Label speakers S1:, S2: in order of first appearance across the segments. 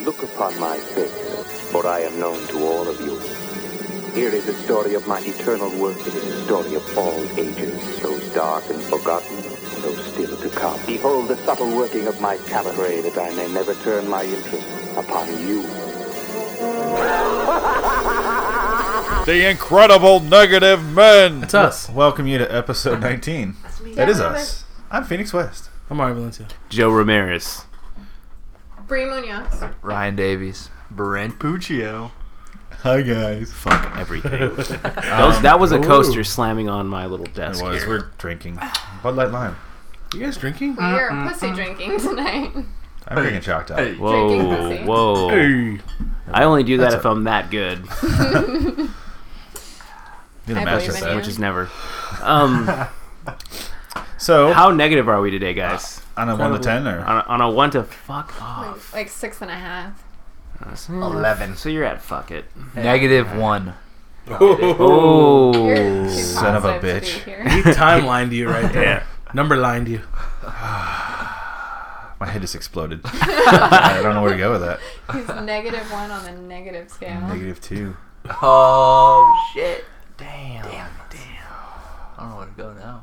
S1: look upon my face, for I am known to all of you. Here is a story of my eternal work. It is a story of all ages, those dark and forgotten, those still to come. Behold the subtle working of my talent, pray that I may never turn my interest upon you.
S2: The Incredible Negative Men.
S3: It's us.
S4: Welcome you to episode 19. That is us. I'm Phoenix West.
S3: I'm Mario Valencia.
S5: Joe Ramirez,
S6: Brie Munoz.
S5: Ryan Davies, Brent Puccio.
S4: Hi guys.
S5: Fuck everything. Those, that was a coaster slamming on my little
S4: Um, It
S5: desk.
S4: was.
S5: here.
S4: We're drinking
S7: Ah.
S4: Bud Light Lime.
S3: You guys drinking?
S6: We are pussy drinking tonight.
S4: I'm drinking chalked up.
S5: whoa,
S6: drinking pussy.
S5: whoa!
S3: Hey.
S5: I only do that
S4: That's
S5: if
S4: a-
S5: i I'm that good,
S4: You're the
S6: I
S4: master
S6: believe
S4: of
S6: in
S5: which
S4: that.
S5: is never. Um,
S4: So,
S5: how negative are we today, guys?
S4: on a 1 to 10 or?
S5: On a, on a one to fuck off. Eh,
S6: Like six and a half.
S7: Eleven.
S5: So you're at fuck it.
S7: Negative one.
S6: You're
S5: Oh,
S6: too
S4: Son of a
S6: positive to be
S4: bitch.
S6: here.
S3: Time lined you right there. Number lined you.
S4: My head just exploded. I don't know where to go with that.
S6: He's negative one on the negative scale.
S4: Negative 2.
S7: Oh shit!
S5: damn.
S7: I don't know where to go now.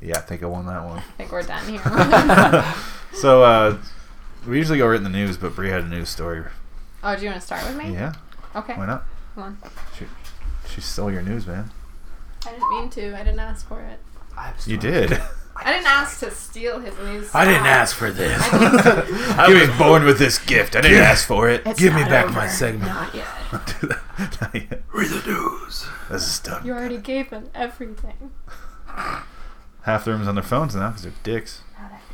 S4: Yeah, I think I won that one.
S6: I think we're done here.
S4: So, uh, we usually go right in the news, but Brie had a news story.
S6: oh, do you want to start with me?
S4: Yeah,
S6: Okay.
S4: why not?
S6: Come on.
S4: She, she stole your news, man.
S6: I didn't mean to. I didn't ask for it.
S4: You did.
S6: I didn't ask to steal his news.
S3: I didn't ask for this.
S4: I was born with this gift. I didn't ask for it.
S6: It's
S3: Give me
S6: not
S3: back
S6: over.
S3: my segment.
S6: Not yet.
S4: Not yet.
S3: Read the news.
S4: this is done.
S6: You already gave them everything.
S4: Half the room's on their phones now because they're dicks.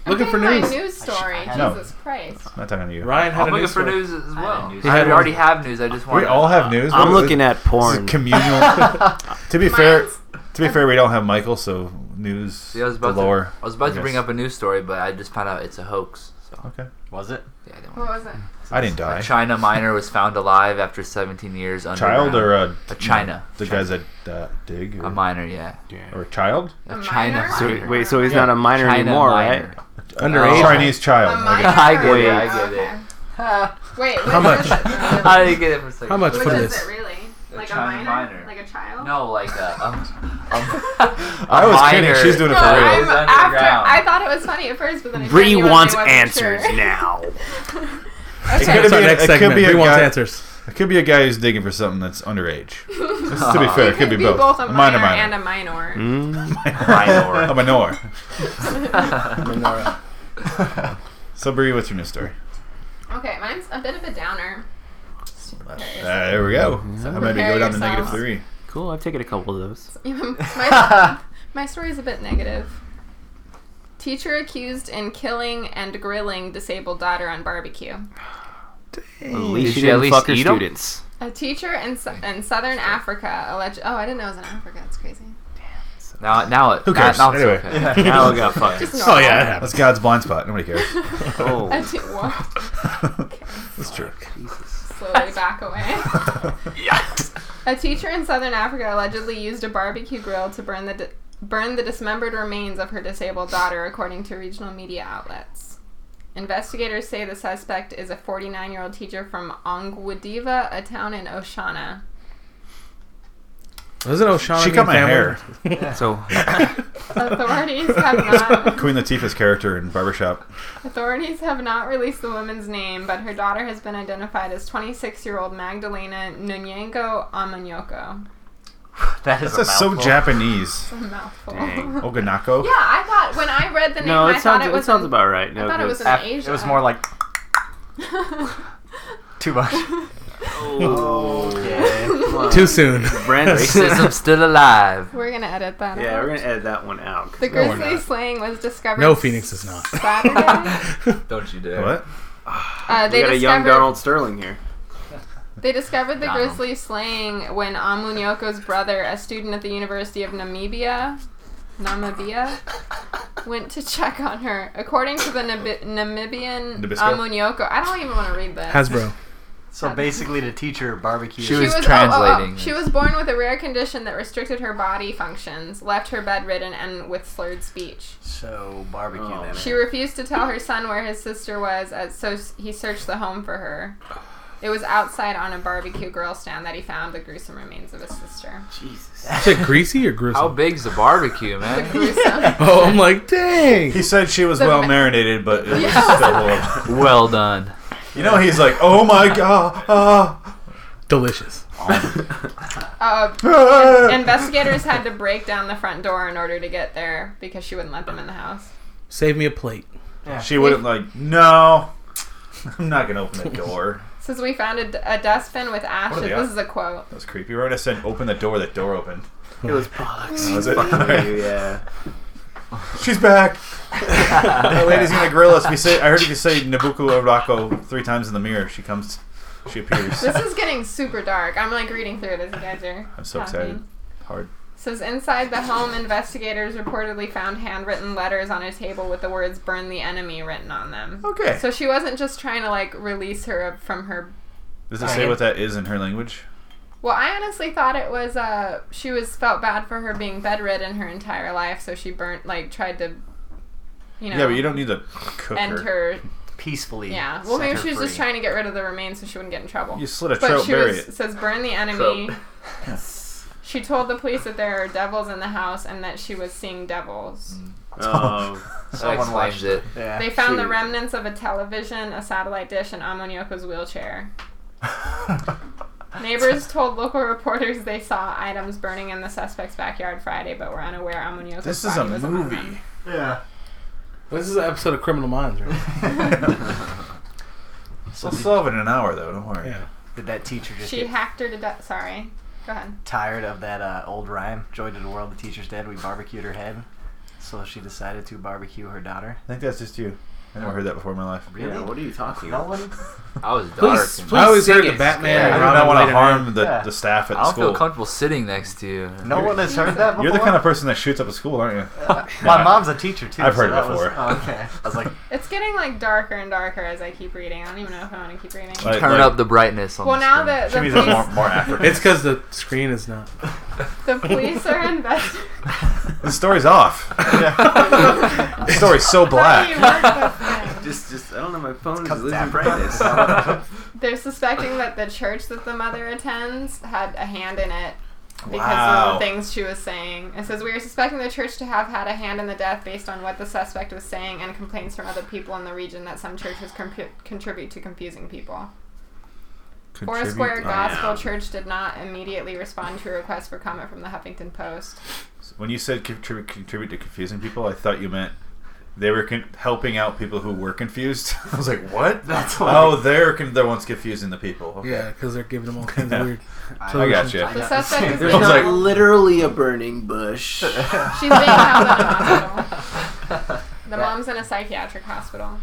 S3: Looking for
S6: Give my
S3: news.
S6: news story.
S4: No.
S6: Jesus Christ.
S4: I'm not talking to you.
S3: Ryan had
S7: I'm
S3: a
S7: looking
S3: news
S7: for
S3: story.
S7: news as well.
S3: He
S7: I
S3: had
S7: already have news. I just want.
S4: We all have news.
S5: I'm
S4: What-
S5: looking at
S4: This is
S5: porn.
S4: communal. to be fair,
S6: Mine's-
S4: to be fair, we don't have Michael, so news
S7: I was about
S4: galore.
S7: to. I was about to
S4: guess.
S7: bring up a news story, but I just found out it's a hoax. So
S4: Okay,
S5: Was it?
S7: yeah, I didn't
S6: What
S7: want
S6: was it?
S4: I didn't
S7: to.
S4: die.
S7: A China miner was found alive after 17 years underground.
S4: child or a,
S7: a China.
S4: the guys that uh, dig or,
S7: A miner, yeah.
S4: or a child,
S7: A
S6: A
S7: China
S6: miner?
S5: So,
S7: miner.
S5: wait, so he's not a minor
S7: China
S5: anymore,
S7: miner.
S5: right?
S3: Underage.
S7: Oh.
S4: Uh, Chinese child.
S6: A
S4: like
S6: minor?
S7: I get it, I
S6: Oh,
S7: get
S6: okay.
S7: it.
S6: Wait,
S3: How much?
S7: I didn't get it for a second.
S3: How much
S6: Which
S3: for
S6: is
S3: this?
S6: it really?
S7: A
S6: Like a
S7: China
S6: minor?
S7: minor.
S6: Like a child?
S7: No, like a. Um, um,
S4: I was kidding. She's doing it
S6: No,
S4: for
S6: I'm
S4: real.
S7: It's
S6: after.
S7: underground.
S6: I thought it was funny at first, but then I
S5: Bree
S6: genuinely
S5: wants
S6: wasn't
S5: answers
S6: Sure.
S5: now.
S4: It could
S3: That's our
S4: be-
S3: next
S4: it could
S3: segment.
S4: be a
S3: He wants
S4: guy-
S3: answers.
S4: It could be a guy who's digging for something that's underage. This is to be fair,
S6: It
S4: it could be both.
S6: a minor,
S4: minor,
S6: and a minor.
S8: Hmm?
S5: Hmm.
S4: a
S5: Minor.
S4: minor. So Bree, what's your news story?
S6: Okay, mine's a bit of a downer.
S4: Uh, there we go. I'm going to
S6: Prepare
S4: go down to negative
S6: yourselves.
S4: three.
S5: Cool. I've taken a couple of those.
S6: my, my story's a bit negative. Teacher accused in killing and grilling disabled daughter on barbecue.
S5: At least
S7: she
S5: she didn't
S7: at least
S5: fuck her
S7: eat 'em?
S5: students.
S6: A teacher in, Sou- in southern Africa alleged. Oh, I didn't know it was in Africa. That's crazy.
S7: now, now it.
S4: Who cares?
S7: Now, now it's
S4: Anyway.
S7: okay.
S5: Now I got fucked.
S6: Just
S4: Oh,
S6: normal.
S4: That's God's blind spot. Nobody cares.
S6: A
S5: Oh,
S6: te- what?
S4: That's true.
S6: Slowly back away. A teacher in Southern Africa allegedly used a barbecue grill to burn the di- burn the dismembered remains of her disabled daughter, according to regional media outlets. Investigators say the suspect is a 49 year old teacher from Ongwediva, a town in Oshana.
S3: Wasn't O'Shaughnessy
S4: She cut my
S3: family?
S4: hair.
S5: so
S6: Authorities have not
S4: Queen Latifah's character in Barbershop.
S6: authorities have not released the woman's name, but her daughter has been identified as 26 year old Magdalena Nunyango Amanyoko.
S7: That
S4: That's
S7: is a
S4: just so
S7: mouthful.
S4: Japanese.
S6: A mouthful.
S5: Dang.
S4: Oganako.
S6: Yeah, I thought when I read the name,
S5: no,
S6: I
S5: it
S6: thought
S5: sounds
S6: it
S5: it,
S6: was
S5: sounds
S6: in-
S5: about right. No,
S6: I thought it
S5: 'cause-
S6: was in Asia.
S7: It was more like too much.
S3: Too soon.
S5: Brand
S7: Racism still alive.
S6: We're gonna edit that.
S5: Yeah,
S6: out.
S5: we're gonna edit that one out. 'cause
S6: The
S3: No, we're
S6: grizzly
S3: not.
S6: slaying was discovered.
S3: No, Phoenix is not.
S6: Saturday.
S7: Don't you dare.
S4: What?
S6: Uh,
S5: we
S6: they
S5: got a
S6: discovered
S5: young Donald Sterling here.
S6: they discovered the
S7: Donald.
S6: grizzly slaying when Amunyoko's brother, a student at the University of Namibia, Namibia, went to check on her. According to the Nabi- Namibian
S4: Nabisco?
S6: Amunyoko, I don't even want to read this.
S3: Hasbro.
S9: So basically, the teacher barbecue.
S7: She was
S6: Oh, oh,
S7: translating.
S6: oh. She was born with a rare condition that restricted her body functions, left her bedridden, and with slurred speech.
S9: so barbecue.
S4: Oh.
S9: then.
S6: She refused to tell her son where his sister was, as, so s- he searched the home for her. It was outside on a barbecue grill stand that he found the gruesome remains of his sister.
S7: Jesus.
S3: Is it greasy or gruesome?
S7: How big's the barbecue,
S6: The
S7: man?
S6: gruesome.
S3: oh, I'm like, dang.
S4: He said she was
S6: The
S4: well
S6: ma-
S4: marinated, but it was
S6: Yeah.
S4: still horrible.
S7: well done.
S4: You know, he's like, oh my god. ah,
S3: Delicious.
S6: Uh,
S4: ah."
S6: investigators had to break down the front door in order to get there because she wouldn't let them in the house.
S3: Save me a plate.
S4: She wouldn't like, no, I'm not gonna open the door.
S6: Says we found a, d- a dustbin with ashes.
S4: the
S6: This
S4: odds?
S6: is a quote.
S4: That was creepy. We're gonna send open the door. The door opened.
S5: It was bollocks.
S4: That was it.
S9: yeah.
S4: She's back. that lady's gonna grill us. We say, I heard if you say Nabucco Arako three times in the mirror, she comes. She appears.
S6: This is getting super dark. I'm like reading through it as you guys are.
S4: I'm so
S6: talking.
S4: excited. Hard.
S6: Says inside the home, investigators reportedly found handwritten letters on a table with the words "Burn the enemy" written on them.
S4: Okay.
S6: So she wasn't just trying to like release her from her.
S4: Does it say what that is in her language?
S6: Well, I honestly thought it was uh she was felt bad for her being bedridden her entire life, so she burnt like tried to, you know,
S4: Yeah, but you don't need to cook
S6: end
S4: her.
S6: her.
S9: Peacefully.
S6: Yeah. Well,
S9: set
S6: maybe
S9: her
S6: she was just
S9: free.
S6: trying to get rid of the remains so she wouldn't get in trouble.
S4: You slit a
S6: But
S4: trout,
S6: she
S4: bury
S6: was,
S4: it.
S6: says burn the enemy. She told the police that there are devils in the house and that she was seeing devils.
S9: Oh,
S7: That
S9: someone watched
S7: explains it.
S9: Yeah.
S6: They found the
S9: Shoot.
S6: remnants of a television, a satellite dish, and Amonyoko's wheelchair. Neighbors told local reporters they saw items burning in the suspect's backyard Friday, but were unaware Amonyoko's
S4: This is a
S6: body was among them.
S4: movie.
S9: Yeah.
S3: This is an episode of Criminal Minds, right?
S4: We'll solve it in an hour, though. Don't worry.
S3: Yeah.
S9: Did that teacher just
S6: She
S9: get
S6: hacked her to death. Sorry. Go ahead.
S9: tired of that uh, old rhyme? Joy to the world, the teacher's dead. We barbecued her head. So she decided to barbecue her daughter.
S4: I think that's just you. I never heard that before in my life.
S9: Really?
S5: what are you talking
S9: No one.
S7: I was dark.
S3: Please,
S7: and-
S3: please I always
S5: sing
S3: heard the
S5: it.
S3: Batman.
S9: Yeah,
S4: I
S3: and
S4: do
S3: Robin
S4: not want
S3: later
S4: to
S3: on.
S4: harm the,
S9: Yeah.
S4: the staff at
S7: I
S4: the
S7: don't
S4: school.
S7: feel comfortable sitting next to you.
S9: No one has heard that before.
S4: You're the kind of person that shoots up a school, aren't you?
S9: My mom's a teacher too.
S4: I've heard
S9: so
S4: it
S9: that was-
S4: before.
S9: oh, okay. I was like,
S6: It's getting like darker and darker as I keep reading. I don't even know if I want to keep reading.
S4: Like-
S7: Turn
S4: like,
S7: up the brightness on
S6: well,
S7: the
S6: now that
S7: screen.
S6: the
S4: She needs a
S6: police,
S4: more, more African.
S3: It's because the screen is not.
S6: the police are investigating.
S4: the story's off. the story's so black.
S8: Just, just I don't know. My phone is losing
S9: that
S8: brightness.
S4: Oh,
S6: They're suspecting that the church that the mother attends had a hand in it because
S4: Wow.
S6: of the things she was saying. It says we are suspecting the church to have had a hand in the death based on what the suspect was saying and complaints from other people in the region that some churches compu contribute to confusing people. Foursquare
S4: Contribute- oh,
S6: Gospel Church did not immediately respond to a request for comment from the Huffington Post.
S4: When you said contribute, contribute to confusing people, I thought you meant they were con- helping out people who were confused. I was like, what?
S9: that's why.
S4: Oh, they're con- the ones confusing the people. Okay.
S3: Yeah, because they're giving them all kinds
S4: Yeah.
S3: of weird.
S4: I got you.
S6: The suspect is
S4: I was
S6: being,
S4: like-
S8: literally a burning bush.
S6: she's being held in a hospital. The mom's in a psychiatric hospital.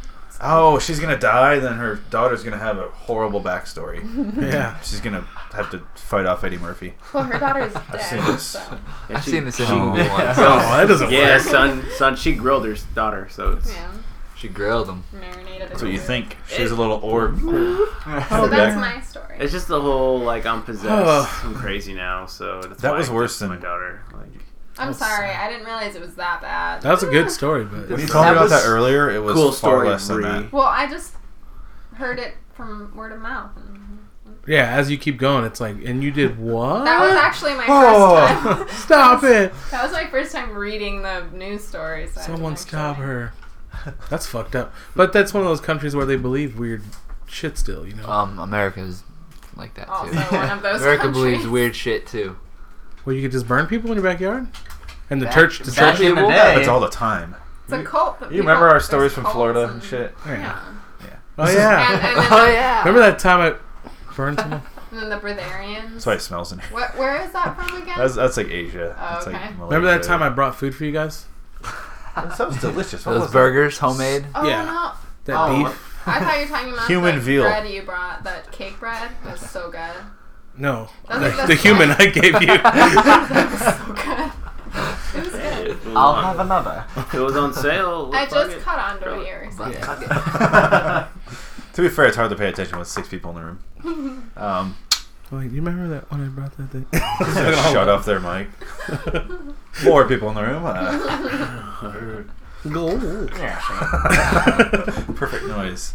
S4: Oh, she's gonna die. Then her daughter's gonna have a horrible backstory.
S3: Yeah.
S4: she's gonna have to fight off Eddie Murphy.
S6: Well, her daughter's
S4: seen
S6: dead.
S4: this.
S6: So.
S7: I've seen this in a movie once.
S3: Oh, that doesn't
S8: Yeah,
S3: work.
S8: son, son. She grilled her daughter, so it's
S6: Yeah,
S7: She grilled him.
S6: marinated.
S4: That's what you think. She's a little orb.
S6: So Oh,
S4: Yeah.
S6: that's my story.
S8: it's just the whole like I'm possessed, I'm crazy now. So that's
S4: That
S8: why
S4: was
S8: I
S4: worse
S8: kissed my
S4: than-
S8: daughter. Like
S6: I'm sorry, I didn't realize it was that bad.
S3: That was a good story,
S4: When
S3: but
S4: you
S3: it's
S4: told me
S8: That
S4: about that
S8: was
S4: earlier, it was far
S8: cool story,
S4: less
S8: Bree.
S4: than that.
S6: well, I just heard it from word of mouth. and-
S3: yeah. As you keep going, it's like, and you did what?
S6: That was actually my
S3: Oh.
S6: first time.
S3: Stop it!
S6: that was my first time reading the news stories.
S3: Someone stop her. That's fucked up. But that's one of those countries where they believe weird shit still, you know?
S7: Um, America's like that
S6: Also,
S7: too.
S6: Oh, one of those
S7: America
S6: countries.
S7: believes weird shit too.
S3: where you could just burn people in your backyard? And the church, the
S9: back
S3: church,
S9: in the
S7: People-
S9: day.
S4: That's all the time.
S6: It's a cult. that
S4: You remember our
S6: people-
S4: stories
S6: there's
S4: from
S6: cults
S4: Florida and shit?
S6: Yeah.
S3: Oh yeah.
S6: And, and, then,
S7: Oh yeah.
S3: Remember that time I burned someone?
S6: and then the Breatharians.
S4: That's why it smells in here.
S6: What, where is that from again?
S4: That's, that's like Asia.
S6: Oh,
S4: That's
S6: okay.
S4: like
S3: Remember that time I brought food for you guys?
S4: That sounds delicious. What
S7: Those
S4: was
S7: burgers, homemade.
S6: oh
S3: yeah.
S6: no,
S3: That
S9: Oh.
S3: beef?
S6: I thought you were talking about
S4: Human
S6: the
S4: veal.
S6: bread you brought, that cake bread. That's so good.
S3: No.
S6: That
S3: The,
S6: was the
S3: the human
S6: best.
S3: I gave you.
S6: So good. It was good.
S8: it was,
S9: I'll
S8: on,
S9: have another.
S8: it was on sale.
S6: I
S8: fuck
S6: just
S8: it.
S6: caught on to what you were saying.
S7: Yeah.
S4: that? To be fair, it's hard to pay attention with six people in the room. Um,
S3: Wait, you remember that when I brought that thing?
S4: shut up there, Mike. Four people in the room. uh,
S3: Gold.
S4: perfect noise.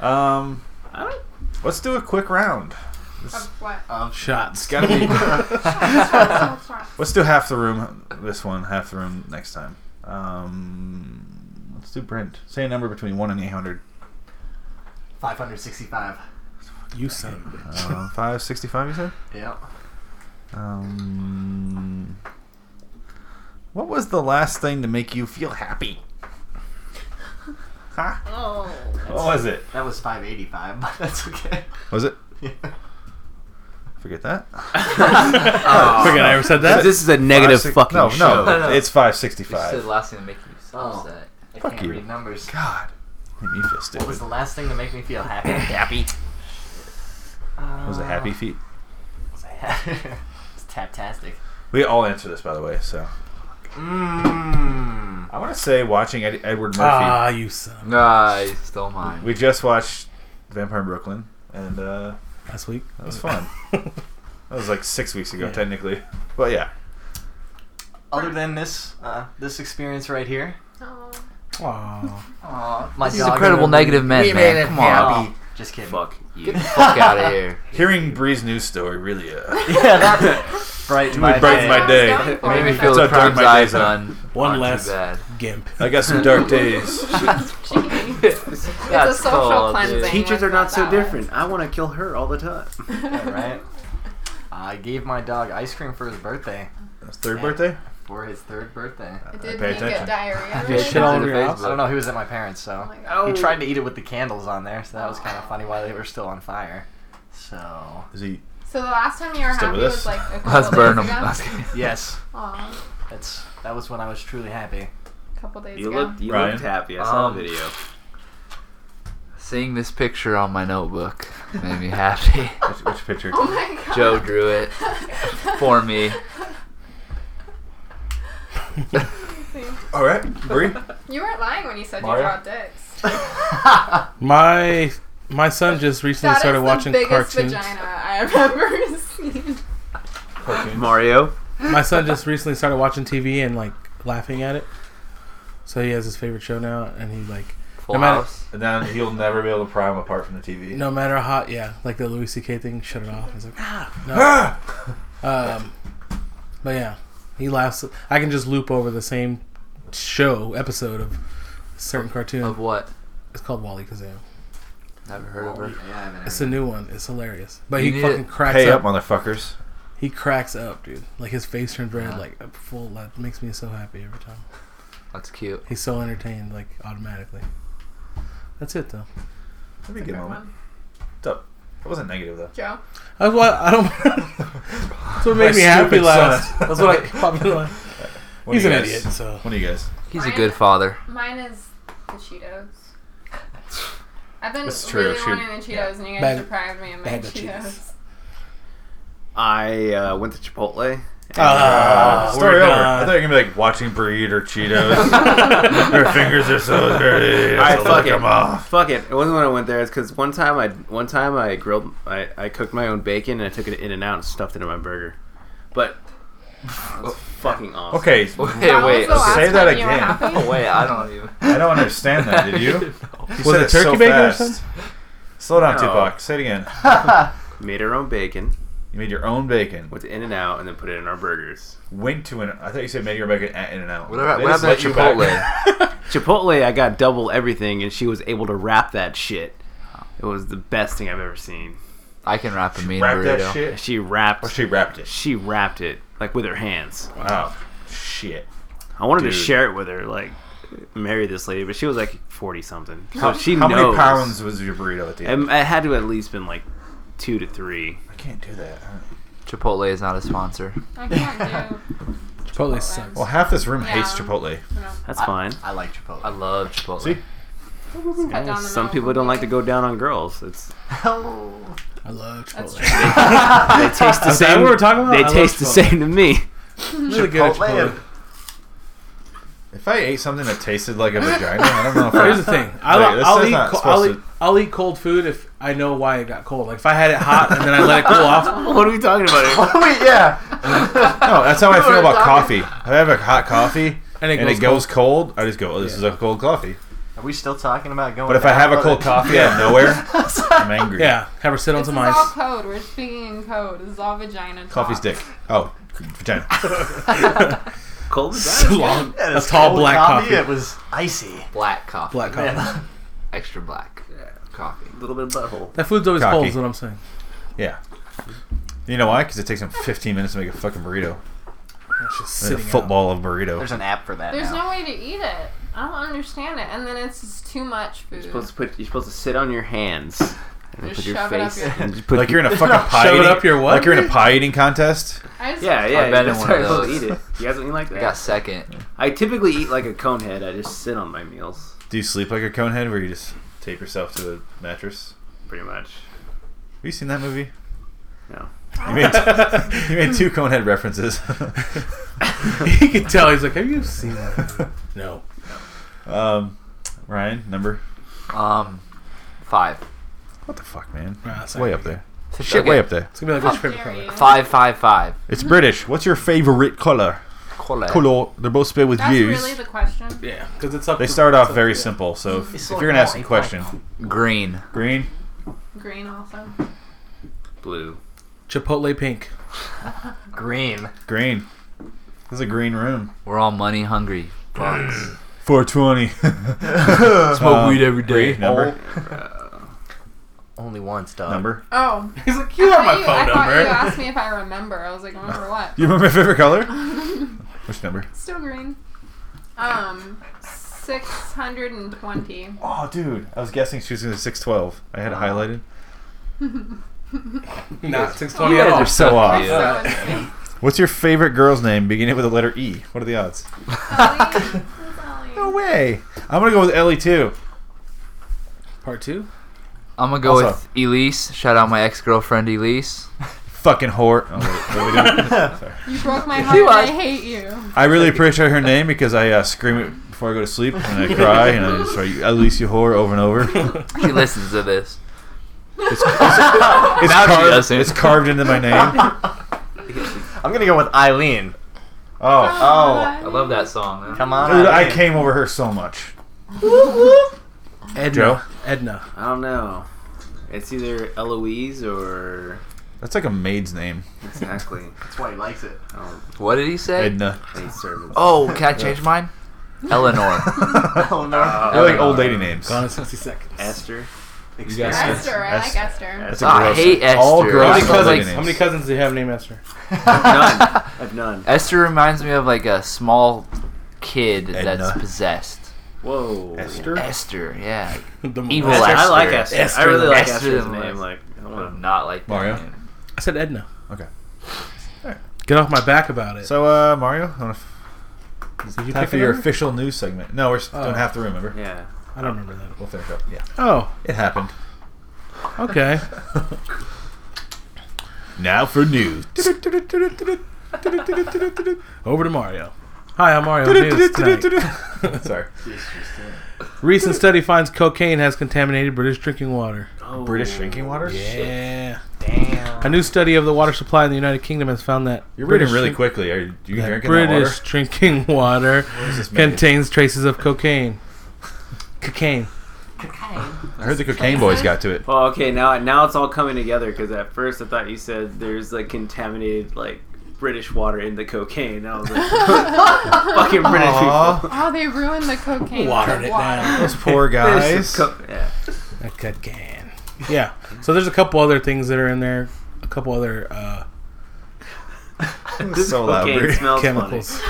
S4: Um, let's do a quick round.
S6: Of what?
S3: Shots.
S4: Gotta be.
S6: Sorry, sorry.
S4: Let's do half the room this one, half the room next time. Um, let's do Brent. Say a number between 1 and 800.
S9: 565.
S3: You son of a bitch.
S4: Uh, 565, you said?
S9: Yep.
S4: Um, what was the last thing to make you feel happy? Huh?
S6: Oh.
S4: What was it?
S9: That was 585, but that's okay.
S4: Was it?
S9: Yeah.
S4: Forget that.
S3: Fucking I ever said that?
S5: This is a negative
S4: Five, six-
S5: fucking
S4: no,
S5: show.
S4: No,
S7: No, no.
S4: it's
S7: You said the
S4: 565.
S7: last thing to make you so
S9: Oh.
S7: upset.
S9: I
S4: Fuck
S9: can't
S4: you.
S9: read numbers.
S4: God. Made me feel stupid.
S9: What was
S4: Was,
S9: the last thing to make me feel happy?
S7: Happy.
S9: Uh,
S4: it happy feet?
S9: was it- it's taptastic.
S4: We all answer this, by the way, so.
S9: Mmm.
S4: I want to say watching Ed- Edward Murphy.
S3: Ah, you son.
S7: Nah, you stole mine.
S4: We just watched Vampire in Brooklyn, and uh,
S3: Last week.
S4: that was fun. that was like six weeks ago,
S3: Yeah.
S4: technically. But yeah,
S9: Other than this, uh, this experience right here,
S6: Oh.
S3: Aw.
S9: my
S7: This is
S9: dog
S7: incredible
S9: remembered-
S7: negative men, man. Come on.
S9: Oh, just kidding.
S8: Fuck you.
S7: Get the fuck out of here.
S4: hearing Bree's news story really uh,
S9: yeah, that brightened my,
S4: brightened
S9: day.
S4: my day.
S6: Going for
S7: Made me
S6: it.
S7: feel
S4: That's
S7: the
S4: how dark
S7: crime's
S4: my
S7: I've
S4: days are.
S7: done.
S3: One
S7: aren't
S3: last
S7: Too bad.
S3: gimp.
S4: I got some dark days.
S6: Jeez.
S7: it's
S6: It's a social cleansing.
S8: Teachers are
S6: Let's put
S8: not
S6: it that way.
S8: so different. I want to kill her all the time.
S9: Yeah, right? I gave my dog ice cream for his birthday,
S4: His third birthday?
S9: for his third birthday.
S6: It did
S4: pay
S6: he get
S4: attention.
S6: diarrhea?
S9: Pay
S6: really
S3: Shit all
S6: bad?
S3: over your
S9: I don't
S3: house.
S9: know, he was at my parents,
S6: Oh
S9: so
S6: my
S8: Oh.
S6: god.
S9: he tried to eat it with the candles on there, so that was kind of funny while they were still on fire. So
S4: Is he?
S6: So the last time you were
S4: Still
S6: happy
S4: with us?
S6: was like a couple
S7: Let's
S6: days
S7: burn
S6: ago.
S7: them.
S9: yes,
S6: Aw,
S9: that's that was when I was truly happy.
S6: a couple days
S8: You
S6: ago.
S8: looked, you
S4: Ryan?
S8: looked happy. I saw
S7: Um,
S8: the video.
S7: Seeing this picture on my notebook made me happy.
S4: Which, which picture?
S6: oh my god.
S7: Joe drew it for me.
S4: All right, Bree.
S6: You weren't lying when you said
S4: Mario?
S6: you draw dicks.
S3: My my son just recently
S6: That is
S3: started
S6: the
S3: watching
S6: biggest
S3: cartoons.
S6: vagina I have ever seen.
S8: Mario.
S3: My son just recently started watching TV and like laughing at it. So he has his favorite show now, and he like
S7: Full
S3: No matter-
S7: house.
S4: And then he'll never be able to pry him apart from the TV.
S3: no matter how hot, yeah, like the Louis C.K. thing, shut it off. He's like, ah,
S4: Ah!
S3: no. Um, but yeah, he laughs. I can just loop over the same show episode of a certain
S7: Of
S3: cartoon.
S7: what?
S3: It's called Wally Kazam.
S7: Never heard of her.
S9: Yeah, I haven't
S3: It's
S9: heard.
S3: a new one. It's hilarious, but
S7: You
S3: he
S7: need
S3: fucking
S7: to
S3: cracks
S4: Pay
S3: up.
S4: up, motherfuckers.
S3: He cracks up, dude. Like his face turns red, like a full. That makes me so happy every time.
S7: That's cute.
S3: He's so entertained, like automatically. That's it, though.
S4: That'd be a good moment.
S6: one.
S4: What's up? That wasn't negative though.
S6: Joe.
S3: That's what I don't. that's what made
S4: My
S3: me happy
S4: stupid
S3: last.
S4: son.
S3: That's what I popped in.
S4: What
S3: He's
S4: do
S3: an
S4: you
S3: idiot,
S4: guys-
S3: so
S4: What do you guys?
S7: He's a
S6: Mine-
S7: good father.
S6: Mine is the Cheetos. I've been
S4: It's true,
S6: really
S4: shoot.
S6: wanting the Cheetos, and you guys
S3: Bad-
S6: deprived me of my
S3: bad
S6: Cheetos.
S3: Cheetos.
S8: I uh, went to Chipotle.
S4: Uh-huh.
S3: Ah,
S4: Story
S3: we're
S4: Uh, over.
S3: done.
S4: I thought you were gonna be like watching Bree eat her Cheetos. her fingers are so dirty.
S8: I
S4: I fuck
S8: fuck it.
S4: them off.
S8: Fuck it. It wasn't when I went there. It's because one time I one time I grilled I, I cooked my own bacon and I took it in and out and stuffed it in my burger. But that's fucking awesome.
S4: Okay,
S7: Hey,
S6: That
S7: wait.
S6: was the last
S4: say that
S6: time you were
S4: again.
S6: happy?
S7: Oh, wait. I don't even.
S4: I don't understand that. Did you? you
S3: Was
S4: said
S3: it turkey bacon or something?
S4: Slow down,
S8: No.
S4: Tupac. Say it again.
S8: Made our own bacon.
S4: You made your own bacon.
S8: Went to In and Out and then put it in our burgers.
S4: Went to an. I thought you said made your bacon at In and Out.
S7: What about- what happened at Chipotle?
S8: Chipotle, I got double everything, and she was able to wrap that shit. It was the best thing I've ever seen.
S7: I can wrap a mean
S4: Wrap
S7: burrito.
S4: that shit.
S8: She wrapped.
S4: Oh, she wrapped it.
S8: she wrapped it like with her hands.
S4: Wow. Shit.
S8: I wanted
S4: Dude.
S8: to share it with her, like marry this lady, but she was like forty something. So she
S4: How
S8: knows.
S4: many pounds was your burrito at the end?
S8: Um, It had to at least been like two to three.
S4: I can't do that. I don't-
S7: Chipotle is not a sponsor.
S6: I can't do.
S3: Chipotle sucks.
S4: Well, half this room hates
S6: Yeah.
S4: Chipotle.
S8: That's fine.
S9: I like Chipotle.
S7: I love Chipotle.
S4: See?
S6: Cut down the
S8: Some
S6: middle.
S8: people don't like to go down on girls. It's
S9: oh,
S3: I love
S6: That's
S3: Chipotle.
S6: true.
S8: they taste the
S3: Is that
S8: same.
S3: what we're talking about? I
S8: They
S3: love
S8: taste the
S3: Chipotle.
S8: same to me.
S3: Really good at
S9: Chipotle.
S3: Chipotle.
S4: If I ate something that tasted like a vagina, I don't know if I.
S3: Here's the thing. I'll,
S4: Wait, this
S3: I'll,
S4: is
S3: eat,
S4: not
S3: co- I'll, eat,
S4: supposed
S3: I'll eat cold food if I know why it got cold. Like if I had it hot and then I let it cool off.
S8: What are we talking about? here?
S4: Wait, yeah. no, that's how I feel about coffee. If I have a hot coffee
S3: And
S4: and
S3: it
S4: it, goes,
S3: goes
S4: cold. I just go, oh, this is a cold coffee.
S9: Are we still talking about going?
S4: But if I
S9: back
S4: have a
S9: about
S4: cold
S9: it?
S4: coffee out of nowhere, I'm angry.
S3: Yeah, have her sit on
S6: This is
S3: some
S6: all
S3: ice.
S6: code. We're speaking in code. This is all vagina. Talk.
S4: Coffee's dick. Oh, vagina.
S8: Cold
S3: So long,
S9: Yeah,
S3: a
S9: this
S3: tall
S9: cold
S3: black coffee,
S9: It was icy.
S7: Black coffee.
S3: black coffee.
S9: Yeah.
S7: Extra black coffee.
S8: A little bit of butthole.
S3: That food's always
S4: Cocky.
S3: cold. Is what I'm saying.
S4: Yeah. You know why? Because it takes them 15 minutes to make a fucking burrito.
S3: It's just
S4: Like a
S3: sitting out.
S4: football of burrito.
S9: There's an app for that.
S6: There's
S9: now.
S6: no way to eat it. I don't understand it. And then it's just too much food.
S8: You're supposed to put. You're supposed to sit on your hands. And then
S6: Just
S8: put your
S6: shove it up
S8: face.
S6: your-
S8: and just put
S4: like you're in a fucking pie.
S3: Shove it
S4: eating,
S3: up your what?
S4: Like you're in a pie eating contest.
S6: I just,
S8: Yeah, yeah.
S7: I've been in
S8: that's
S7: one
S8: how
S7: of
S8: you're supposed
S7: those.
S8: to Eat it. You guys don't eat like
S7: I
S8: that.
S7: got second.
S8: I typically eat like a cone head. I just sit on my meals,
S4: Do you sleep like a conehead where you just tape yourself to a mattress?
S8: pretty much.
S4: Have you seen that movie?
S8: No.
S4: You made, you made two conehead references.
S3: you can tell he's like, "Have you seen that?" no.
S4: um, Ryan, number?
S7: Um, five.
S4: What the fuck, man?
S3: Nah, it's not
S4: way
S3: gonna
S4: up
S3: be
S4: there.
S7: It's
S4: Shit, way up there.
S3: It's gonna be like, "What's your
S6: How
S3: favorite
S6: dare
S3: color?"
S6: you.
S7: Five, five, five.
S4: It's
S6: Mm-hmm.
S4: British. What's your favorite color?
S7: Color.
S4: Color. They're both spelled with
S6: That's
S4: U's.
S6: really the question.
S3: Yeah, because it's up.
S4: they
S3: to-
S4: start
S3: it's
S4: off
S3: up-
S4: very
S3: yeah.
S4: simple. So if,
S9: It's
S4: if
S9: so
S4: you're gonna ask a
S9: annoying.
S4: question,
S7: Green.
S4: green.
S6: Green also.
S8: Blue.
S3: Chipotle pink.
S9: green.
S4: Green. This is a green room.
S7: We're all money hungry. Fucks.
S4: 420.
S7: Smoke
S4: Um,
S7: weed every day.
S4: number.
S9: Only once, dog.
S4: Number.
S6: Oh.
S3: He's like, "You
S6: I
S3: have
S6: thought
S3: my
S6: you-
S3: phone
S6: I thought you
S3: number."
S6: asked me if I remember. I was like, remember what?
S4: Do you remember my favorite color? Which number?
S6: Still green. Um, 620.
S4: Oh, dude. I was guessing she was going to 612. I had it highlighted.
S3: Not six twenty at all.
S7: They're
S4: So uh, off.
S6: So
S7: Yeah.
S6: insane.
S4: What's your favorite girl's name beginning with the letter E? What are the odds?
S6: Ellie. Who's Ellie?
S4: No way. I'm going to go with Ellie, too.
S3: Part two.
S7: I'm gonna go
S4: Also-
S7: with Elise. Shout out my ex girlfriend Elise.
S4: Fucking whore. Oh, wait, what are we doing?
S6: You broke my heart. and I hate you.
S4: I really appreciate her name because I uh, scream it before I go to sleep and I cry and I just write Elise, you whore over and over.
S7: She listens to this.
S4: It's,
S7: Now she
S4: carved,
S7: doesn't.
S4: it's carved into my name.
S9: I'm gonna go with Eileen.
S4: Oh,
S6: Oh,
S7: I love that song.
S9: Come on,
S4: dude, I
S9: Eileen.
S4: came over her so much.
S3: Edna.
S4: Joe?
S3: Edna.
S8: I don't know. It's either Eloise or
S4: That's like a maid's name,
S8: exactly.
S9: That's why he likes it.
S8: I don't
S7: What did he say?
S4: Edna.
S8: hate servants.
S7: Oh, can I change mine? Eleanor.
S9: Oh no.
S4: They're like old lady names.
S3: Gone in sixty seconds.
S8: Esther.
S9: Experience.
S6: Esther. I like
S4: Esther.
S6: Esther.
S4: That's a
S7: Ah, I
S4: gross
S7: hate
S4: name. All
S7: Esther.
S4: gross
S3: How many
S7: How
S4: old
S7: many
S4: lady
S3: cousins?
S4: names.
S3: How many cousins do you have named Esther?
S8: None. I've none.
S7: Esther reminds me of like a small kid that's
S4: Edna.
S7: possessed.
S8: Whoa.
S4: Esther?
S7: Esther, yeah.
S3: The
S7: Evil
S3: most.
S7: Esther.
S8: I like Esther. I
S3: Esther.
S8: really like
S7: Esther
S8: Esther's
S7: the
S8: name.
S7: most.
S8: Like, I don't
S7: I would
S8: know.
S7: not like that
S4: Mario?
S7: name.
S3: I said Edna.
S4: Okay.
S3: Get off my back about it.
S4: So, uh, Mario, I don't know if-
S3: Did you
S4: time
S3: pick
S4: for your
S3: another?
S4: official news segment. No, we're s-
S3: Oh.
S4: don't have to remember.
S8: Yeah.
S3: I don't remember that.
S4: We'll finish up. Yeah.
S3: Oh,
S4: It happened.
S3: okay.
S4: Now for news.
S3: Over to Mario. Hi, I'm Mario. News tonight.
S4: Sorry.
S3: Recent study finds cocaine has contaminated British drinking water.
S4: British drinking water?
S3: Yeah.
S9: Damn.
S3: A new study of the water supply in the United Kingdom has found that
S4: You're reading really
S3: drink-
S4: quickly. Are you, you
S3: that
S4: drinking that water?
S3: British drinking water
S4: this mean?
S3: contains traces of cocaine. Cocaine.
S4: I heard the cocaine boys got to it.
S8: Well, okay, now now it's all coming together because at first I thought you said there's like contaminated like British water in the cocaine. I was like, fucking British people.
S6: Oh, they ruined the cocaine.
S3: Watered
S6: with
S3: it
S6: water.
S3: down.
S4: Those poor
S8: British
S4: guys.
S8: co- yeah.
S3: A cocaine. Yeah. So there's a couple other things that are in there. A couple other uh,
S8: This
S4: So loud,
S8: cocaine
S4: British
S8: smells
S3: chemicals,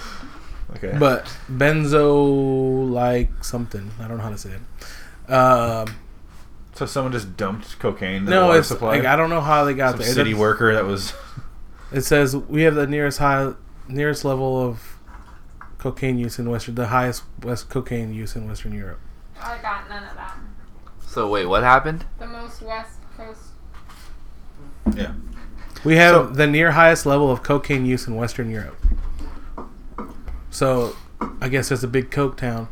S4: Okay.
S3: but benzo like something. I don't know how to say it. Um,
S4: so someone just dumped cocaine in the
S3: no,
S4: water
S3: it's
S4: supply.
S3: like I don't know how they got
S4: Some
S3: there. It
S4: city
S3: doesn't-
S4: worker that was.
S3: It says we have the nearest high, nearest level of cocaine use in Western, the highest West cocaine use in Western Europe.
S6: I got none of that.
S7: So wait, what happened?
S6: The most west coast.
S4: Yeah.
S3: We have
S4: So-
S3: the near highest level of cocaine use in Western Europe. So I guess that's a big Coke town,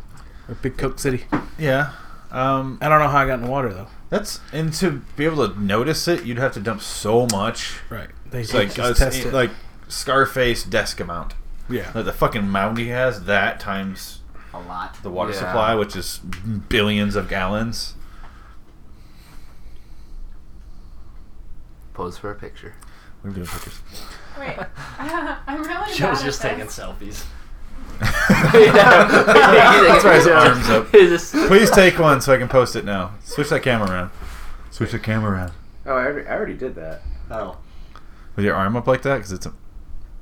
S3: or big Coke city.
S4: Yeah. Um,
S3: I don't know how I got in the water though.
S4: that's and to be able to notice it, you'd have to dump so much.
S3: Right? They
S4: It's like us-
S3: just test it.
S4: like Scarface desk amount.
S3: yeah.
S4: Like the fucking mound he has that times
S9: A lot.
S4: the water
S7: Yeah.
S4: supply, which is billions of gallons.
S7: Pose for a picture.
S4: We're doing pictures.
S6: Wait, I'm really
S9: She
S6: bad
S9: was
S6: at
S9: just
S6: this.
S9: taking selfies.
S4: That's why his arms up.
S7: Just-
S4: Please take one so I can post it now. Switch that camera around. Switch the camera around.
S8: Oh, I already, I already did that.
S9: Oh.
S4: With your arm up like that, because it's. A...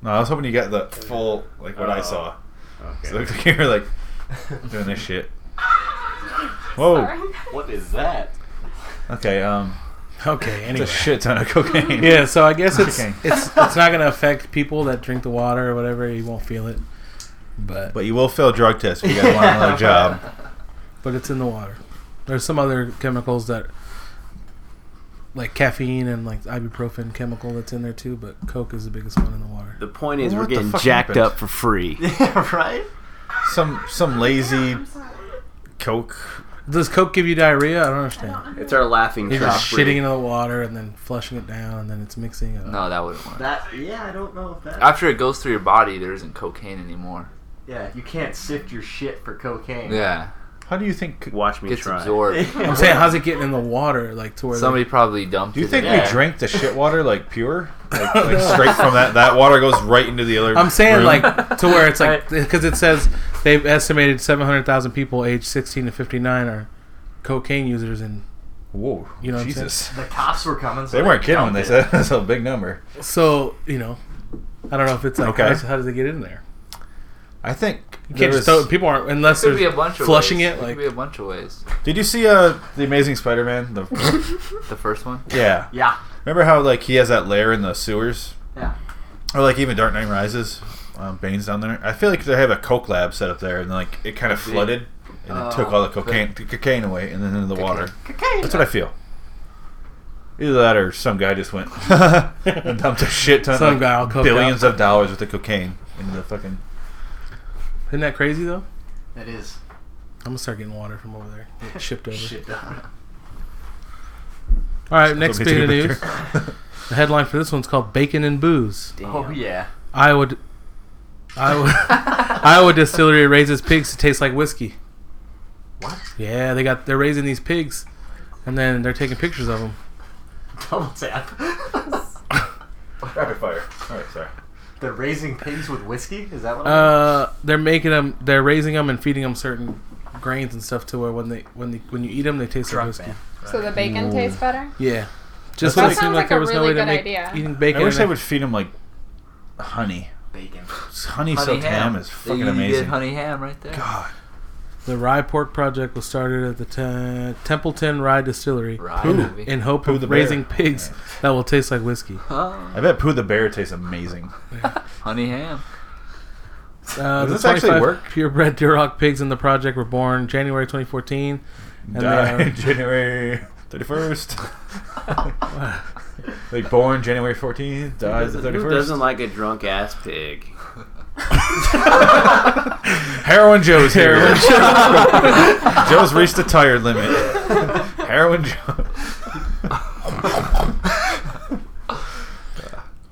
S4: No, I was hoping you got the full like what I
S8: Oh.
S4: saw. So it
S8: Okay.
S4: looked like you were like doing this shit. Whoa.
S6: Sorry.
S9: What is that?
S4: Okay. Um.
S3: Okay.
S4: It's
S3: Anyway.
S4: a shit ton of cocaine.
S3: Yeah. So I guess it's
S4: Okay.
S3: it's it's not gonna affect people that drink the water or whatever. You won't feel it, but
S4: But you will fail drug tests if you guys want another job.
S3: but it's in the water. There's some other chemicals that, like caffeine and like ibuprofen chemical that's in there too. But Coke is the biggest one in the water.
S8: The point is,
S4: What
S8: we're
S4: the
S8: getting
S4: fuck
S8: jacked
S4: happened?
S8: up for free.
S9: Yeah, right?
S4: Some some lazy
S6: I'm sorry.
S4: coke.
S3: Does Coke give you diarrhea? I don't
S6: I
S3: understand.
S6: don't know.
S8: It's our laughing
S3: You're
S8: stock.
S3: just shitting into the water and then flushing it down and then it's mixing it. up.
S7: No, that wouldn't work.
S9: That yeah, I don't know if that
S7: After it goes through your body, there isn't cocaine anymore.
S9: Yeah, you can't sift your shit for cocaine.
S7: Yeah,
S4: How do you think? Do
S8: Watch me
S7: gets
S8: try.
S7: absorbed.
S3: I'm saying, how's it getting in the water? Like to where
S7: Somebody probably dumped.
S4: you
S7: it
S4: think
S7: in there.
S4: we drink the shit water like pure? Like, like straight from that that water goes right into the other.
S3: I'm saying
S4: room?
S3: like to where it's like because it says they've estimated 700,000 people aged 16 to 59 are cocaine users and
S4: Whoa,
S3: You know what I'm
S4: Jesus.
S9: The cops were coming. So
S4: They weren't kidding when they
S9: counted.
S4: said that's a big number.
S3: so you know I don't know if it's like
S4: Okay.
S3: how, does, how does it get in there?
S4: I think.
S3: You
S4: there
S3: can't just
S4: was-
S3: throw people aren't unless
S7: Could
S3: there's
S7: be a bunch of
S3: flushing
S7: ways.
S3: it
S7: could
S3: like
S7: be a bunch of ways.
S4: Did you see uh the Amazing Spider-Man? The
S7: The first one.
S4: yeah.
S9: Yeah,
S4: Remember how like he has that lair in the sewers,
S9: yeah.
S4: or like even Dark Knight Rises, um, Bane's down there. I feel like they have a coke lab set up there, and like it kind of flooded and it took all the cocaine the cocaine away and then into the water.
S9: Cocaine.
S4: That's what I feel. Either that or some guy just went and dumped a shit ton
S3: Some
S4: of
S3: guy all coked
S4: billions of dollars worth of cocaine into the fucking.
S3: isn't that crazy though?
S9: That is
S3: I'm gonna start getting water from over there. Get shipped over.
S9: shit.
S3: All right, next
S4: Let me
S3: bit of
S4: take a
S3: news.
S4: picture.
S3: The headline for this one's called "Bacon and Booze."
S9: Oh yeah.
S3: Iowa, d- Iowa, Iowa distillery raises pigs to taste like whiskey.
S9: What?
S3: Yeah, they got they're raising these pigs, and then they're taking pictures of them.
S9: Double tap.
S4: Rapid fire. All right, sorry.
S9: They're raising pigs with whiskey. Is that what? I'm
S3: Uh, they're making them, they're raising them and feeding them certain grains and stuff to where when they when they when you eat them they taste like whiskey.
S9: man.
S6: So the bacon tastes better.
S3: Yeah, just
S4: That
S3: when it
S4: sounds
S3: seemed
S6: like
S3: like there
S6: a
S3: was no
S6: really
S3: way to
S6: good
S3: make
S6: idea.
S3: eating bacon.
S4: I wish
S3: and
S4: they would feed him like honey.
S9: Bacon.
S4: Honey,
S7: Honey
S4: soaked ham.
S7: ham
S4: is fucking
S7: you
S4: amazing.
S7: Get honey ham right there.
S4: God,
S3: The Rye Pork Project was started at the te- Templeton Rye Distillery
S7: Rye,
S4: Who?
S7: maybe.
S3: in hope
S4: Who the
S3: of
S4: bear?
S3: raising pigs that will taste like whiskey.
S7: Oh,
S4: I bet Pooh the bear tastes amazing.
S7: honey ham.
S3: Uh,
S4: Does
S3: the
S4: this actually
S3: 25
S4: work?
S3: Purebred Duroc pigs in the project were born January 2014. And they
S4: Died
S3: are,
S4: January thirty first. like born January fourteenth, dies the
S8: Who
S4: thirty first.
S8: doesn't like a drunk ass pig?
S4: Heroin Joe's here. Joe's reached the tired limit. Heroin Joe.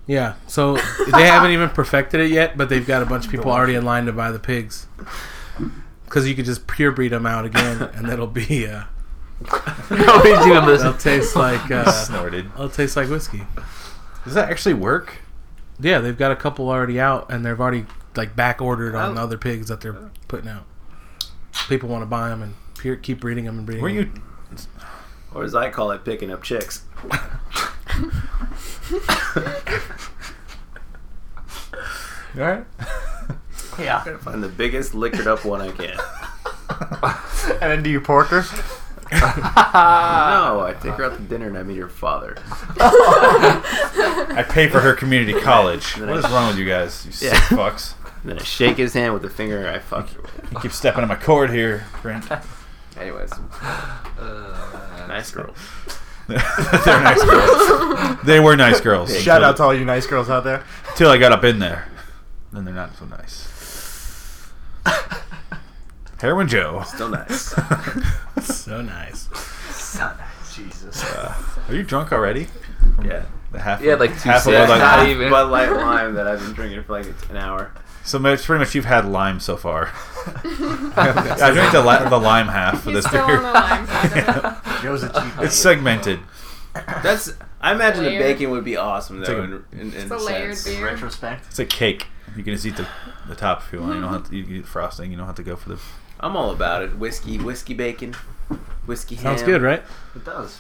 S3: yeah, so they haven't even perfected it yet, but they've got a bunch of people already in line to buy the pigs. Because you could just pure breed them out again, and that'll be uh,
S7: Nobody's
S3: they'll
S7: even listening.
S3: taste like uh,
S4: Snorted.
S3: they'll taste like whiskey.
S4: Does that actually work?
S3: Yeah, they've got a couple already out, and they've already like back ordered on the other pigs that they're putting out. People want to buy them and pure, keep breeding them and breeding.
S4: Were
S3: 'em.
S4: you?
S8: Or as I call it, picking up chicks.
S4: you all right?
S9: Yeah.
S8: Find the biggest liquored up one I can.
S9: And then do you porker?
S8: no, Oh, I take her out to dinner and I meet her father.
S4: I pay for her community college. What is wrong with you guys? You
S8: Yeah.
S4: sick fucks.
S8: And then I shake his hand with the finger I fuck her with.
S4: You keep stepping on my cord here, Brent.
S8: Anyways. nice girl.
S4: They're nice girls. They were nice girls.
S9: Shout
S4: until-
S9: out to all you nice girls out there.
S4: Till I got up in there. Then they're not so nice. Heroin Joe.
S8: Still nice.
S3: so nice.
S9: Son of Jesus.
S4: Are you drunk already?
S8: yeah.
S4: The half.
S7: Yeah, like two
S4: half a
S7: sips.
S4: Bud Light
S7: Not
S4: Lime.
S7: even.
S8: Bud Light Lime that I've been drinking for like an hour.
S4: So much, pretty much, you've had lime so far. I drank the, li- the lime half for
S6: He's
S4: this
S6: still on the
S4: beer.
S6: lime side of it.
S9: Joe's a cheap.
S4: It's segmented.
S8: That's. I imagine the
S6: Layered.
S8: bacon would be awesome though.
S4: It's like
S8: in, in, in
S6: It's a layered
S8: sense.
S6: beer.
S9: Retrospect.
S4: It's a cake. You can just eat the, the top if you want. You don't have to you can eat frosting. You don't have to go for the.
S8: I'm all about it. Whiskey, whiskey bacon, whiskey ham.
S3: Sounds good, right?
S9: It does.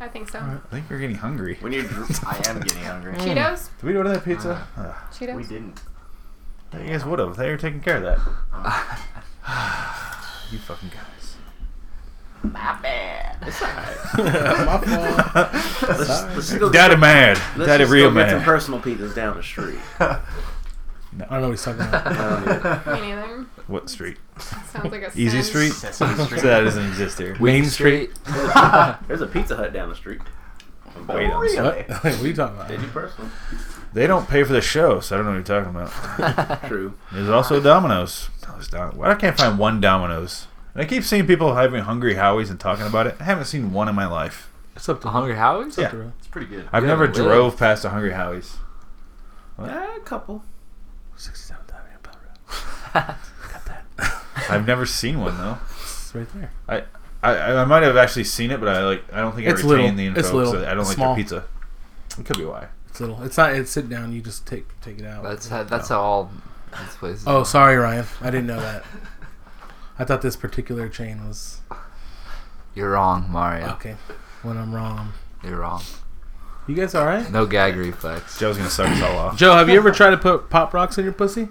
S6: I think so.
S4: I think you're getting hungry.
S8: When you're dr-
S9: I am getting hungry.
S6: Cheetos?
S4: Did we order that pizza? Ugh,
S6: Cheetos?
S9: We didn't.
S4: you guys would have. They were taking care of that. you fucking guys.
S6: My bad.
S8: let's, just- let's just go get,
S4: Daddy mad.
S8: let's
S4: Daddy
S8: just
S4: real
S8: go get some
S4: mad.
S8: personal pizzas down the street.
S3: I don't know what he's talking about.
S6: Me neither.
S4: What street?
S6: Sounds like a
S4: Easy
S6: sin.
S4: street? so
S9: Sesame Street.
S4: that doesn't exist here.
S3: Main Street.
S8: There's a Pizza Hut down the street.
S4: Wait, I'm
S9: Really?
S4: sorry.
S3: What? what are you talking about?
S8: Did you personal?
S4: They don't pay for the show, so I don't know what you're talking about.
S8: True.
S4: There's also Domino's. No, it's not. Why I can't find one Domino's? And I keep seeing people having Hungry Howies and talking about it. I haven't seen one in my life.
S3: It's up to
S7: Hungry Howies?
S4: Yeah.
S3: Hungry.
S9: It's pretty good.
S4: I've
S7: Good
S4: never
S7: lord.
S4: drove past a Hungry Howie's.
S8: Yeah, a couple.
S4: I've never seen one though.
S3: It's right there.
S4: I, I I might have actually seen it, but I like I don't think I
S3: It's
S4: retained
S3: little.
S4: the info.
S3: It's little.
S4: So I don't
S3: It's
S4: like
S3: small.
S4: their pizza. It could be why.
S3: It's little. It's not. It's sit down. You just take take it out.
S7: That's how, that's how all these places.
S3: oh, sorry, Ryan. I didn't know that. I thought this particular chain was
S7: You're wrong, Mario.
S3: okay. When I'm wrong,
S7: You're wrong.
S3: you guys all right?
S7: No gag reflex.
S4: Joe's gonna suck us all off.
S3: Joe, have you ever tried to put pop rocks in your pussy?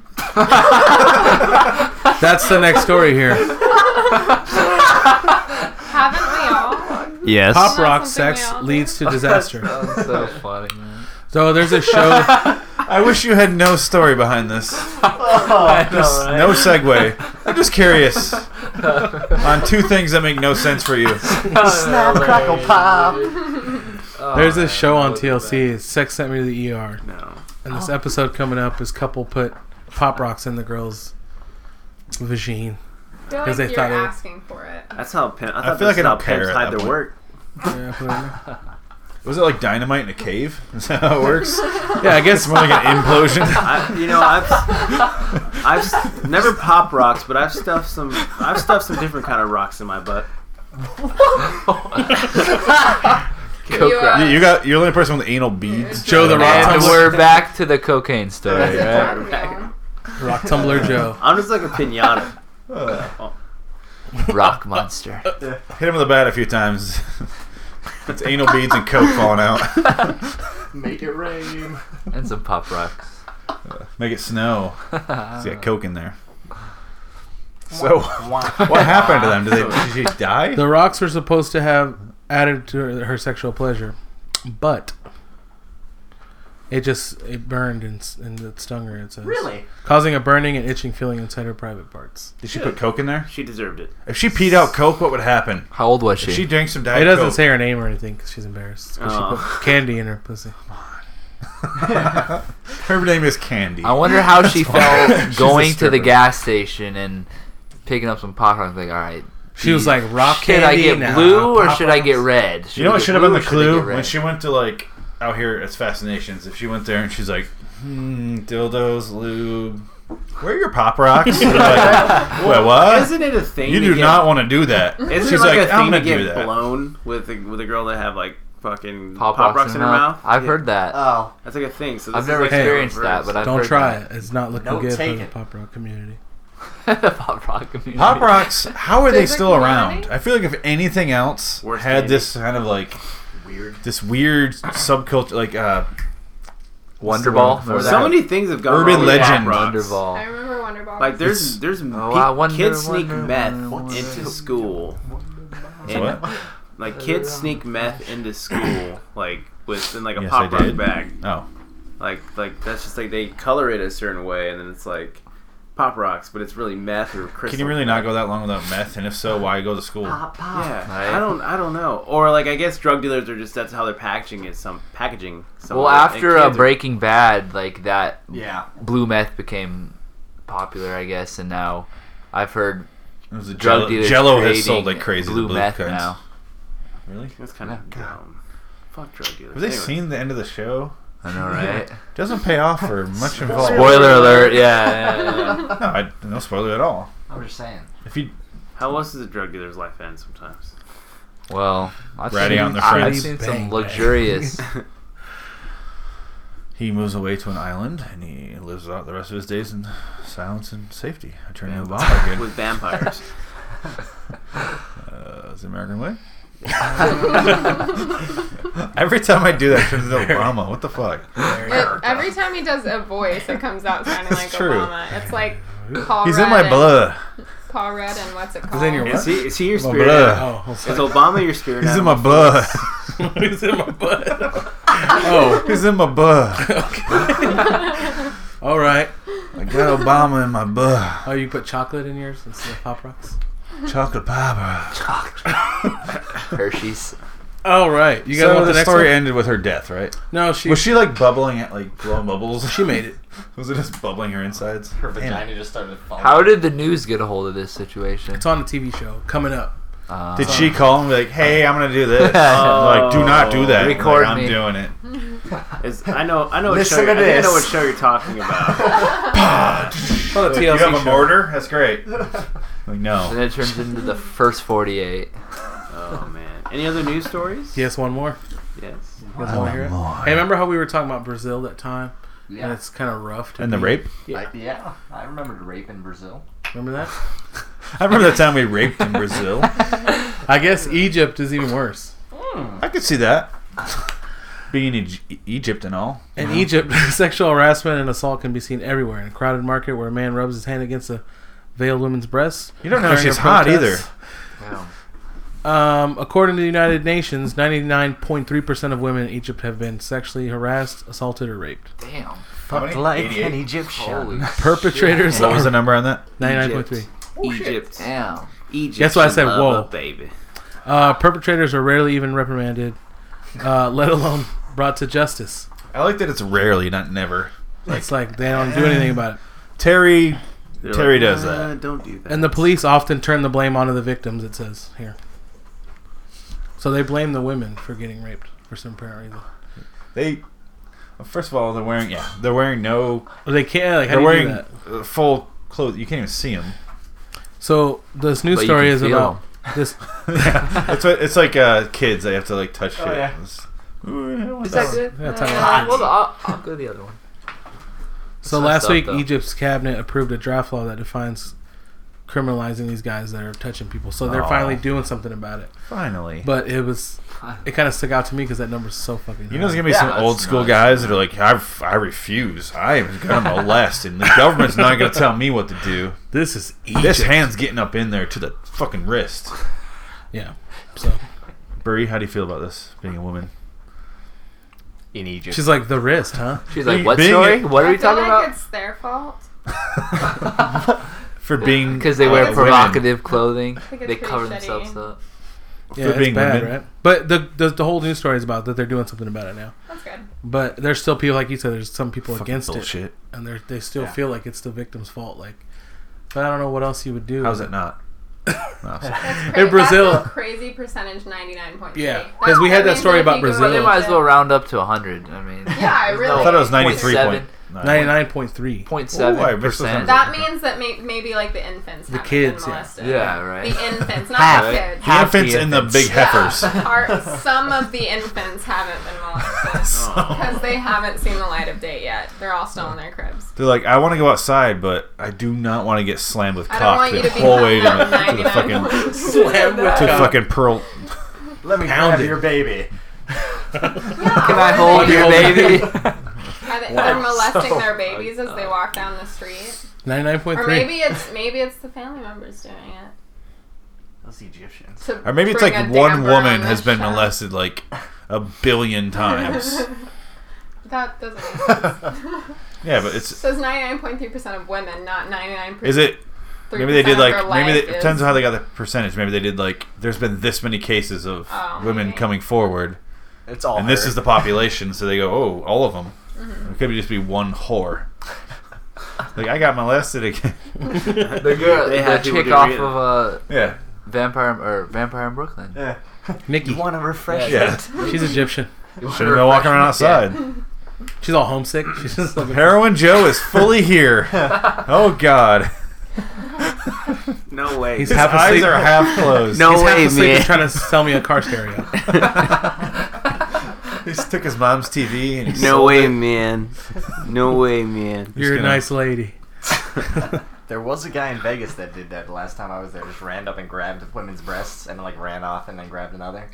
S3: That's the next story here.
S6: Haven't we all?
S8: Yes.
S3: Pop
S6: Not
S3: rock
S6: something we
S3: sex
S6: all do.
S3: leads to disaster.
S7: That's so funny, man.
S3: So there's a show.
S4: I wish you had no story behind this. Just no segue. I'm just curious on two things that make no sense for you.
S9: Snap, crackle, pop.
S3: There's a show on TLC. It's Sex Sent Me to the ER.
S8: No.
S3: And this episode coming up is couple put pop rocks in the girl's vagine.
S6: I feel like
S3: Because they
S6: you're
S3: thought it-
S6: asking for it.
S8: That's how pimp. I,
S4: feel
S8: feel
S4: like
S8: like
S4: I
S8: how
S4: don't care
S8: pimps
S4: at that
S8: hide their
S4: point.
S8: work.
S3: Yeah, put it in there.
S4: Was it like dynamite in a cave? Is that how it works?
S3: Yeah, I guess
S4: More like an implosion.
S8: I, you know, I've I've s- never pop rocks, but I've stuffed some I've stuffed some different kind of rocks in my butt.
S6: Coke you,
S4: You, you got you're the only person with anal beads.
S3: Joe the Rock
S7: And
S3: Tumbler,
S7: we're back to the cocaine story.
S4: Yeah.
S3: rock tumbler Joe.
S8: I'm just like a pinata.
S4: Uh,
S7: Rock monster.
S4: Hit him with a bat a few times. it's anal beads and coke falling out.
S9: Make it rain.
S7: And some pop rocks.
S4: Make it snow. He's got coke in there. So what happened to them? Did, they, did she die?
S3: The rocks were supposed to have added to her, her sexual pleasure, but it just it burned and, s- and it stung her. It says
S9: Really?
S3: causing a burning and itching feeling inside her private parts.
S4: Did she put coke in there?
S8: She deserved it.
S4: If she peed out coke, what would happen?
S7: How old was she?
S4: If she drank some
S7: Oh,
S4: diet
S3: It doesn't
S4: coke.
S3: say her name or anything because she's embarrassed. 'Cause
S8: Aw.
S3: She put candy in her pussy.
S4: Her name is Candy.
S7: I wonder how she felt
S4: She's
S7: going to the
S4: disturbing.
S7: gas station and picking up some pop rocks. Like, all right,
S3: She was like, "Rock
S7: should
S3: candy
S7: I get
S3: now,
S7: blue or
S3: Pop
S7: should I get
S3: Rocks."
S7: red? Should
S4: you know
S7: I
S4: what
S7: get
S4: should have been the
S7: blue or should I
S4: clue
S7: get red?
S4: when she went to like out here at Fascinations. If she went there and she's like, hmm, dildos, lube, where are your pop rocks? They're like, Wait, what?
S8: Isn't it a thing?
S4: you
S8: to
S4: do
S8: get,
S4: not want to do that.
S8: Isn't
S4: She's
S8: it like,
S4: like,
S8: a
S4: I'm
S8: thing to
S4: gonna do
S8: get
S4: that.
S8: blown with a, with a girl that have like fucking
S7: pop, rocks in her mouth? Uh, I've
S8: Yeah.
S7: heard that.
S9: Oh,
S8: that's like a thing. So this
S7: I've
S8: is
S7: never
S8: like
S7: experienced that,
S8: reverse.
S7: but I've
S3: Don't
S7: heard
S3: try it. It's not looking
S9: Don't
S3: good for
S9: take
S3: the
S9: it.
S3: pop rock community.
S7: that. pop rock community.
S4: Pop Rocks, how are they
S6: Physical
S4: still around?
S6: comedy?
S4: I feel like if anything else
S8: Worse
S4: had
S8: candy.
S4: this kind of like
S9: weird.
S4: this weird subculture, like uh,
S7: Wonderball. Remember
S8: so
S7: that?
S8: many things have gone
S4: Urban
S8: wrong with pop
S4: legend.
S8: rocks.
S6: I
S7: Wonderball.
S6: remember Wonder Ball.
S8: Like there's
S4: It's-
S8: there's
S7: Oh, I
S8: pe-
S7: wonder,
S8: kids sneak
S7: wonder,
S8: meth
S7: wonder,
S8: into
S7: wonder.
S8: school. And,
S4: what?
S8: Like kids sneak meth into school, like with in like a
S4: Yes,
S8: pop
S4: I
S8: rock
S4: did.
S8: bag.
S4: Oh,
S8: Like like that's just like they color it a certain way, and then it's like pop rocks, but it's really meth or crystal.
S4: can you really not go that long without meth? And if so, why go to school?
S9: Pop, pop.
S8: Yeah,
S7: Right.
S8: I don't I don't know. Or like I guess drug dealers are just that's how they're packaging it. Some packaging. Some
S7: Well,
S8: of it. And
S7: after uh,
S8: kids are-
S7: Breaking Bad, like that
S9: Yeah.
S7: blue meth became popular, I guess, and now I've heard
S4: It was a
S7: Drug
S4: Jello,
S7: dealers
S4: Jello has
S7: creating
S4: sold like crazy.
S7: blue,
S4: the blue
S7: meth
S4: kinds.
S7: now.
S4: Really?
S8: That's kind of dumb. Fuck drug dealers.
S4: Have they
S8: Anyway.
S4: seen the end of the show?
S7: I know, right?
S4: Doesn't pay off for much involved.
S7: Spoiler alert! Yeah, yeah, yeah.
S4: No, I, no spoiler at all.
S5: I'm just saying.
S4: If you
S8: How else does a drug dealer's life end sometimes?
S7: Well, I've
S4: Ratting
S7: seen,
S4: out their
S7: I've
S4: friends.
S7: seen
S3: Bang,
S7: some
S3: bang.
S7: luxurious.
S4: he moves away to an island and he lives out the rest of his days in silence and safety. I turn into a bomb again.
S8: With vampires.
S4: Uh, is the American way? Every time I do that, it turns into Obama. What the fuck?
S6: It, every time he does a voice, it comes out sounding
S4: It's
S6: like
S4: true.
S6: Obama. It's like Paul
S4: He's
S6: Rudd
S4: in my
S6: and-
S4: blood.
S6: Paul Rudd and what's it called?
S3: in your
S8: is, he, is he your
S4: My
S8: spirit animal?
S4: blood.
S3: Oh, I'll say-
S8: Is Obama your spirit
S4: He's in
S8: animal?
S4: my blood.
S3: he's in my butt. oh,
S4: He's in my blood.
S3: all right.
S4: I got Obama in my blood.
S3: Oh, you put chocolate in yours instead of Pop Rocks?
S4: Chocolate pie, bro.
S7: Hershey's.
S3: All right. You guys
S4: so
S3: want the
S4: the
S3: next
S4: story
S3: one?
S4: ended with her death, right?
S3: No, she,
S4: Was she like bubbling at like blowing bubbles?
S3: she made it.
S4: Was it just bubbling her insides?
S5: Her
S4: Damn it.
S5: vagina just started falling.
S7: How did the news get a hold of this situation?
S3: It's on the TV show coming up.
S7: Uh,
S4: Did she call and be like, "Hey, I'm gonna do this"? I'm like, do not do that. Like,
S7: Record
S4: I'm
S7: me.
S4: doing it.
S8: Is, I know, I know what
S5: Listen
S8: show.
S5: to
S8: I think I know what
S5: this.
S8: show you're talking about.
S3: Oh, the
S4: Like, you
S3: TLC
S4: have a
S3: show.
S4: mortar? That's great. Like,
S7: And
S4: no.
S7: it turns into the first 48.
S8: oh man. Any other news stories?
S3: Yes, one more.
S8: Yes.
S3: You guys wanna hear it? Hey, remember how we were talking about Brazil that time? And it's kind of rough. To
S4: And the
S3: be-
S4: rape?
S3: Yeah.
S5: Like, yeah, I remember the rape in Brazil.
S3: Remember that?
S4: I remember the time we raped in Brazil.
S3: I guess Egypt is even worse.
S4: I could see that. Being in E- Egypt and all.
S3: In Egypt, sexual harassment and assault can be seen everywhere. In a crowded market where a man rubs his hand against a veiled woman's breast.
S4: You don't know if
S3: during
S4: she's
S3: a
S4: hot either.
S3: protest. Um, according to the United Nations, 99.3% of women in Egypt have been sexually harassed, assaulted, or raped.
S7: Damn.
S4: many?
S9: Like
S4: 88.
S9: an Egyptian.
S7: Holy
S3: Perpetrators
S4: What was the
S3: are
S4: number on that?
S3: 99.3.
S8: Egypt.
S7: Damn.
S8: Egypt.
S3: That's why I said, whoa.
S8: baby.
S3: Uh, perpetrators are rarely even reprimanded, uh, let alone brought to justice.
S4: I like that it's rarely, not never.
S3: It's like they don't do anything about it.
S4: Terry.
S8: They're
S4: Terry
S8: like,
S4: does
S8: "Uh,
S4: that.
S8: Don't do that.
S3: And the police often turn the blame onto the victims, it says here. So they blame the women for getting raped for some apparent reason.
S4: They. well, First of all, they're wearing yeah, they're wearing no,
S3: Well, they can't, like, how
S4: they're
S3: do you do
S4: wearing
S3: that?
S4: uh, full clothes. You can't even see them.
S3: So this news
S7: But you
S3: story
S7: can
S3: is
S7: feel
S3: about this.
S4: It's what, it's like uh, kids. They have to like
S7: Oh,
S4: touch shit.
S8: yeah.
S4: It's- Ooh, I want
S7: Is that
S4: one.
S7: good?
S3: Yeah, tell me.
S7: Uh, well, I'll, I'll go the other one.
S3: So
S7: That's
S3: last
S7: messed up,
S3: week,
S7: though.
S3: Egypt's cabinet approved a draft law that defines criminalizing these guys that are touching people. So they're
S4: Aw.
S3: finally doing something about it.
S4: Finally.
S3: But it was, it kind of stuck out to me because that number's so fucking.
S4: you know, there's
S3: high.
S4: gonna be
S7: Yeah,
S4: some
S7: that's
S4: old school
S7: nice.
S4: guys that are like, I, I refuse. I am gonna molest, and the government's not gonna tell me what to do.
S3: this is
S4: This hand's getting up in there to the fucking wrist.
S3: yeah. So
S4: Brie, how do you feel about this being a woman?
S8: in Egypt.
S3: she's like the wrist, huh?
S7: She's like,
S4: Being-
S7: what
S4: being
S7: story?
S4: a-
S7: what are
S6: I
S7: we
S6: feel
S7: talking
S6: like
S7: about?
S6: It's their fault.
S4: For being
S7: Because they
S4: uh,
S7: wear
S4: women.
S7: provocative clothing.
S6: think it's
S7: They
S6: pretty
S7: cover
S6: shitty.
S7: themselves up.
S3: Yeah, it's
S4: being
S3: bad,
S4: women.
S3: right? But the, the the whole news story is about that they're doing something about it now.
S6: That's good.
S3: But there's still people like you said. There's some people
S4: Fucking
S3: against
S4: bullshit.
S3: it, and they they still feel like it's the victim's fault. Like, but I don't know what else you would do.
S4: How's it not? No, sorry.
S6: That's cra-
S3: Brazil-
S6: that's a crazy percentage, ninety-nine point three.
S3: Yeah, 'cause we had that story about
S7: Well,
S3: Brazil.
S7: they might as well round up to 100. I mean,
S6: Yeah, I really.
S4: I thought it was
S7: Point
S4: 93 point.
S7: seven.
S3: Ninety nine point three.
S4: Ooh, I missed
S7: 0.7%.
S4: those
S6: That means that may- maybe like the infants, the
S3: kids, yeah.
S6: kids, been molested.
S7: yeah, right.
S6: the infants, not
S7: Half.
S6: the kids.
S4: The
S7: Half the
S4: infants and the big
S6: Yeah,
S4: heifers.
S6: are- some of the infants haven't been molested because they haven't seen the light of day yet. They're all still in their cribs.
S4: They're like, I want to go outside, but I do not want to get slammed with
S6: I don't
S4: cock
S6: want
S4: the
S6: you to be
S4: whole way to
S6: hung
S4: the,
S6: up
S4: to the fucking to
S6: 99.
S4: the fucking pearl.
S8: Let me
S4: Pound
S8: grab
S4: it.
S8: your baby.
S7: Can I hold your baby?
S6: Are they, They're molesting their babies as they walk down the street,
S3: Ninety nine point
S6: or
S3: three.
S6: maybe it's maybe it's the family members doing it.
S8: Those Egyptians.
S6: to
S4: Or maybe it's
S6: bring
S4: like
S6: a
S4: one
S6: damper
S4: woman
S6: on the
S4: has been
S6: show.
S4: molested like a billion times.
S6: That doesn't make sense.
S4: yeah, but it's
S6: So it's ninety-nine point three percent of women, not ninety-nine.
S4: is it maybe they did like maybe they, it depends on how they got the percentage. Maybe they did like there's been this many cases of
S6: Oh,
S4: women
S6: maybe.
S4: coming forward,
S8: It's all.
S4: and this
S8: her.
S4: is the population. So they go, oh, all of them. It could be just be one whore. Like I got molested again.
S7: The girl,
S8: They
S7: they
S8: had
S7: had
S8: to
S7: the chick
S8: do
S7: off
S8: it.
S7: of uh,
S4: Yeah.
S7: Vampire or Vampire in Brooklyn.
S4: Yeah.
S3: Nikki.
S9: You want to refresh?
S4: Yeah.
S3: She's Egyptian.
S4: Should have been walking around outside.
S3: She's all homesick. She's just like,
S4: Heroin Joe is fully here. Oh God.
S8: No way.
S3: He's
S4: His
S3: half
S4: eyes
S3: asleep.
S4: are half closed.
S7: No
S3: he's half
S7: way,
S3: asleep and
S7: man.
S3: trying to sell me a car stereo.
S4: He just took his mom's TV and he
S8: No
S4: sold
S8: way,
S4: it.
S8: man. No way, man.
S3: You're a
S4: gonna-
S3: nice lady.
S9: There was a guy in Vegas that did that the last time I was there. Just ran up and grabbed women's breasts and like ran off and then grabbed another.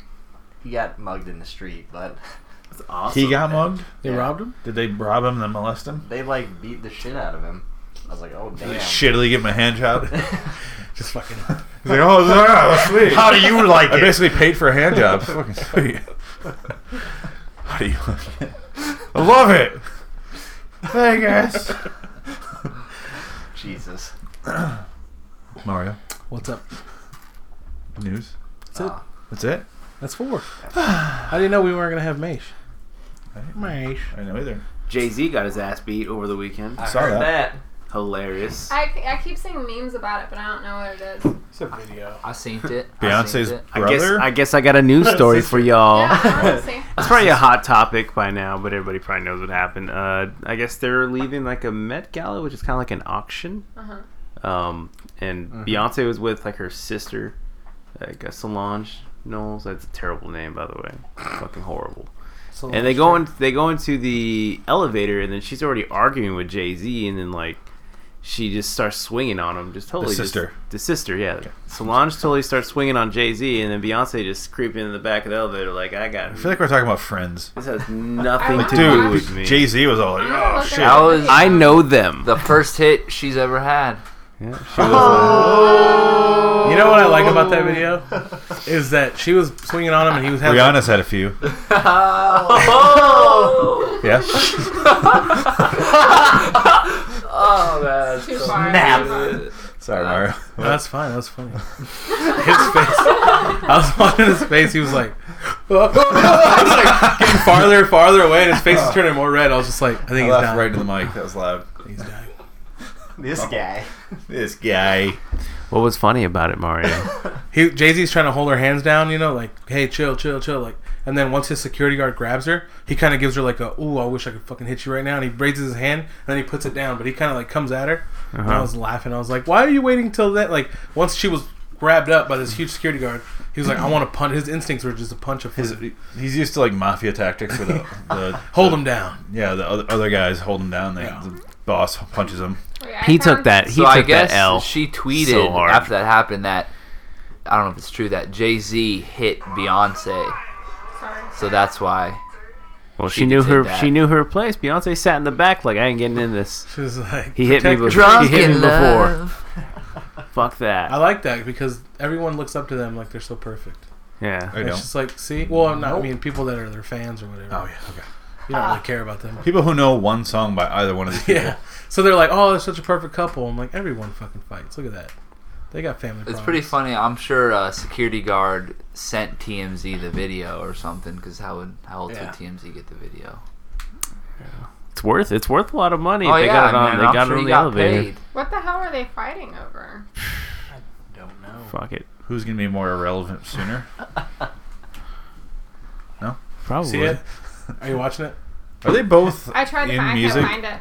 S9: He got mugged in the street, but
S8: That's awesome.
S4: He got mugged.
S3: They
S9: Yeah.
S3: robbed him?
S4: Did they rob him and molest him?
S9: they like beat the shit out of him. I was like, oh
S4: They
S9: damn.
S4: shittily give him a hand job. He's
S3: Just fucking.
S4: like, oh, yeah, that's sweet.
S2: How do you like
S4: I
S2: it?
S4: basically paid for a hand job. Fucking sweet. How do you like it? I love it. Hey guys.
S9: Jesus.
S4: Mario,
S3: What's up?
S4: news.
S3: That's it.
S9: Ah.
S4: That's it.
S3: That's four. How do you know we weren't going to have Mace?
S4: I didn't-
S3: Mace.
S4: I didn't know either.
S8: Jay Z got his ass beat over the weekend.
S9: I
S4: Saw
S9: heard
S4: that.
S9: that.
S8: Hilarious.
S6: I, I keep seeing memes about it, but I don't know what it is.
S3: It's a video.
S7: I seen it. I
S4: Beyonce's
S7: seen it.
S4: brother.
S8: I guess I guess I got a news story for
S4: Oh.
S8: y'all.
S6: Yeah, I wanna see.
S8: It's probably a hot topic by now, but everybody probably knows what happened. Uh, I guess they're leaving like a Met Gala, which is kind of like an auction.
S6: Uh-huh.
S8: Um, and Beyonce was with like her sister, like uh, Solange Knowles. That's a terrible name, by the way. Fucking horrible.
S3: Oh,
S8: and they go in, they go into the elevator, and then she's already arguing with Jay Z, and then like she just starts swinging on him, just totally just-
S4: sister.
S8: the sister, yeah. Solange totally starts swinging on Jay Z, and then Beyonce just creeping in the back of the elevator, like I got.
S4: I feel like we're talking about friends.
S8: This has nothing
S6: Like,
S8: to do
S4: Dude,
S8: with me.
S4: Jay Z was all like,
S6: I'm gonna
S4: oh
S6: look
S4: shit.
S6: it up.
S7: I was-
S8: I know them.
S7: The first hit she's ever had.
S8: Yeah, she was
S3: You know what I like about that video? Is that she was swinging on him and he was having.
S4: Rihanna's had a few.
S7: Oh,
S4: Yeah.
S7: man.
S6: Too far.
S9: Snap.
S4: Sorry, Mario.
S3: No, that's fine. That was funny. His face. I was watching his face. He was like, he was like getting farther and farther away, and his face is turning more red. I was just like, I think
S4: I
S3: he's
S4: laughed
S3: dying.
S4: right into the mic. That was loud.
S3: He's dying.
S9: This guy.
S4: This guy.
S8: What was funny about it, Mario?
S3: He Jay Z's trying to hold her hands down, you know, like, hey, chill, chill, chill, like. And then once his security guard grabs her, he kind of gives her like a, ooh, I wish I could fucking hit you right now. And he raises his hand and then he puts it down, but he kind of like comes at her. And
S8: Uh-huh.
S3: I was laughing. I was like, why are you waiting till that? Like once she was grabbed up by this huge security guard, he was like, I want to punch. His instincts were just to punch a
S4: His,
S3: his,
S4: he's used to like mafia tactics where the, the
S3: hold him down.
S4: yeah the other, other guys hold him down. They,
S3: Yeah.
S4: The boss punches him.
S6: Wait, I
S8: he took
S6: found-
S8: that. He
S7: so
S8: took
S7: I guess
S8: that L.
S7: she tweeted
S8: so hard.
S7: after that happened that I don't know if it's true that Jay Z hit Beyonce,
S6: Sorry.
S7: so that's why.
S8: well, she,
S7: she
S8: knew
S7: did say
S8: her.
S7: that.
S8: She knew her place. Beyonce sat in the back, like I ain't getting in this.
S3: She was like,
S8: He hit me
S3: "Protect her."
S8: before. He hit me
S7: in
S8: before.
S7: love.
S8: Fuck
S3: I
S8: that.
S3: like that because everyone looks up to them like they're so perfect.
S8: Yeah.
S4: I
S3: It's
S4: don't.
S3: just like, see, well, not, I mean, people that are their fans or whatever.
S4: Oh yeah. Okay.
S3: You don't really care about them.
S4: People who know one song by either one of these people.
S3: Yeah. So they're like, oh, they're such a perfect couple. I'm like, everyone fucking fights. Look at that. They got family
S7: It's
S3: problems.
S7: pretty funny. I'm sure a security guard sent TMZ the video or something because how would how else
S9: Yeah.
S7: would TMZ get the video? Oh,
S8: It's worth. It's worth a lot of money. if they got it on.
S7: man,
S8: They
S7: I'm
S8: got
S7: sure
S8: it
S7: he
S8: on the elevator.
S7: paid.
S6: What the hell are they fighting over?
S9: Don't know.
S8: Fuck it.
S4: Who's gonna be more irrelevant sooner?
S8: Probably.
S3: See it? Are you watching it?
S4: Are they both
S6: I tried to
S4: in
S6: find. I
S4: music
S6: can't find it.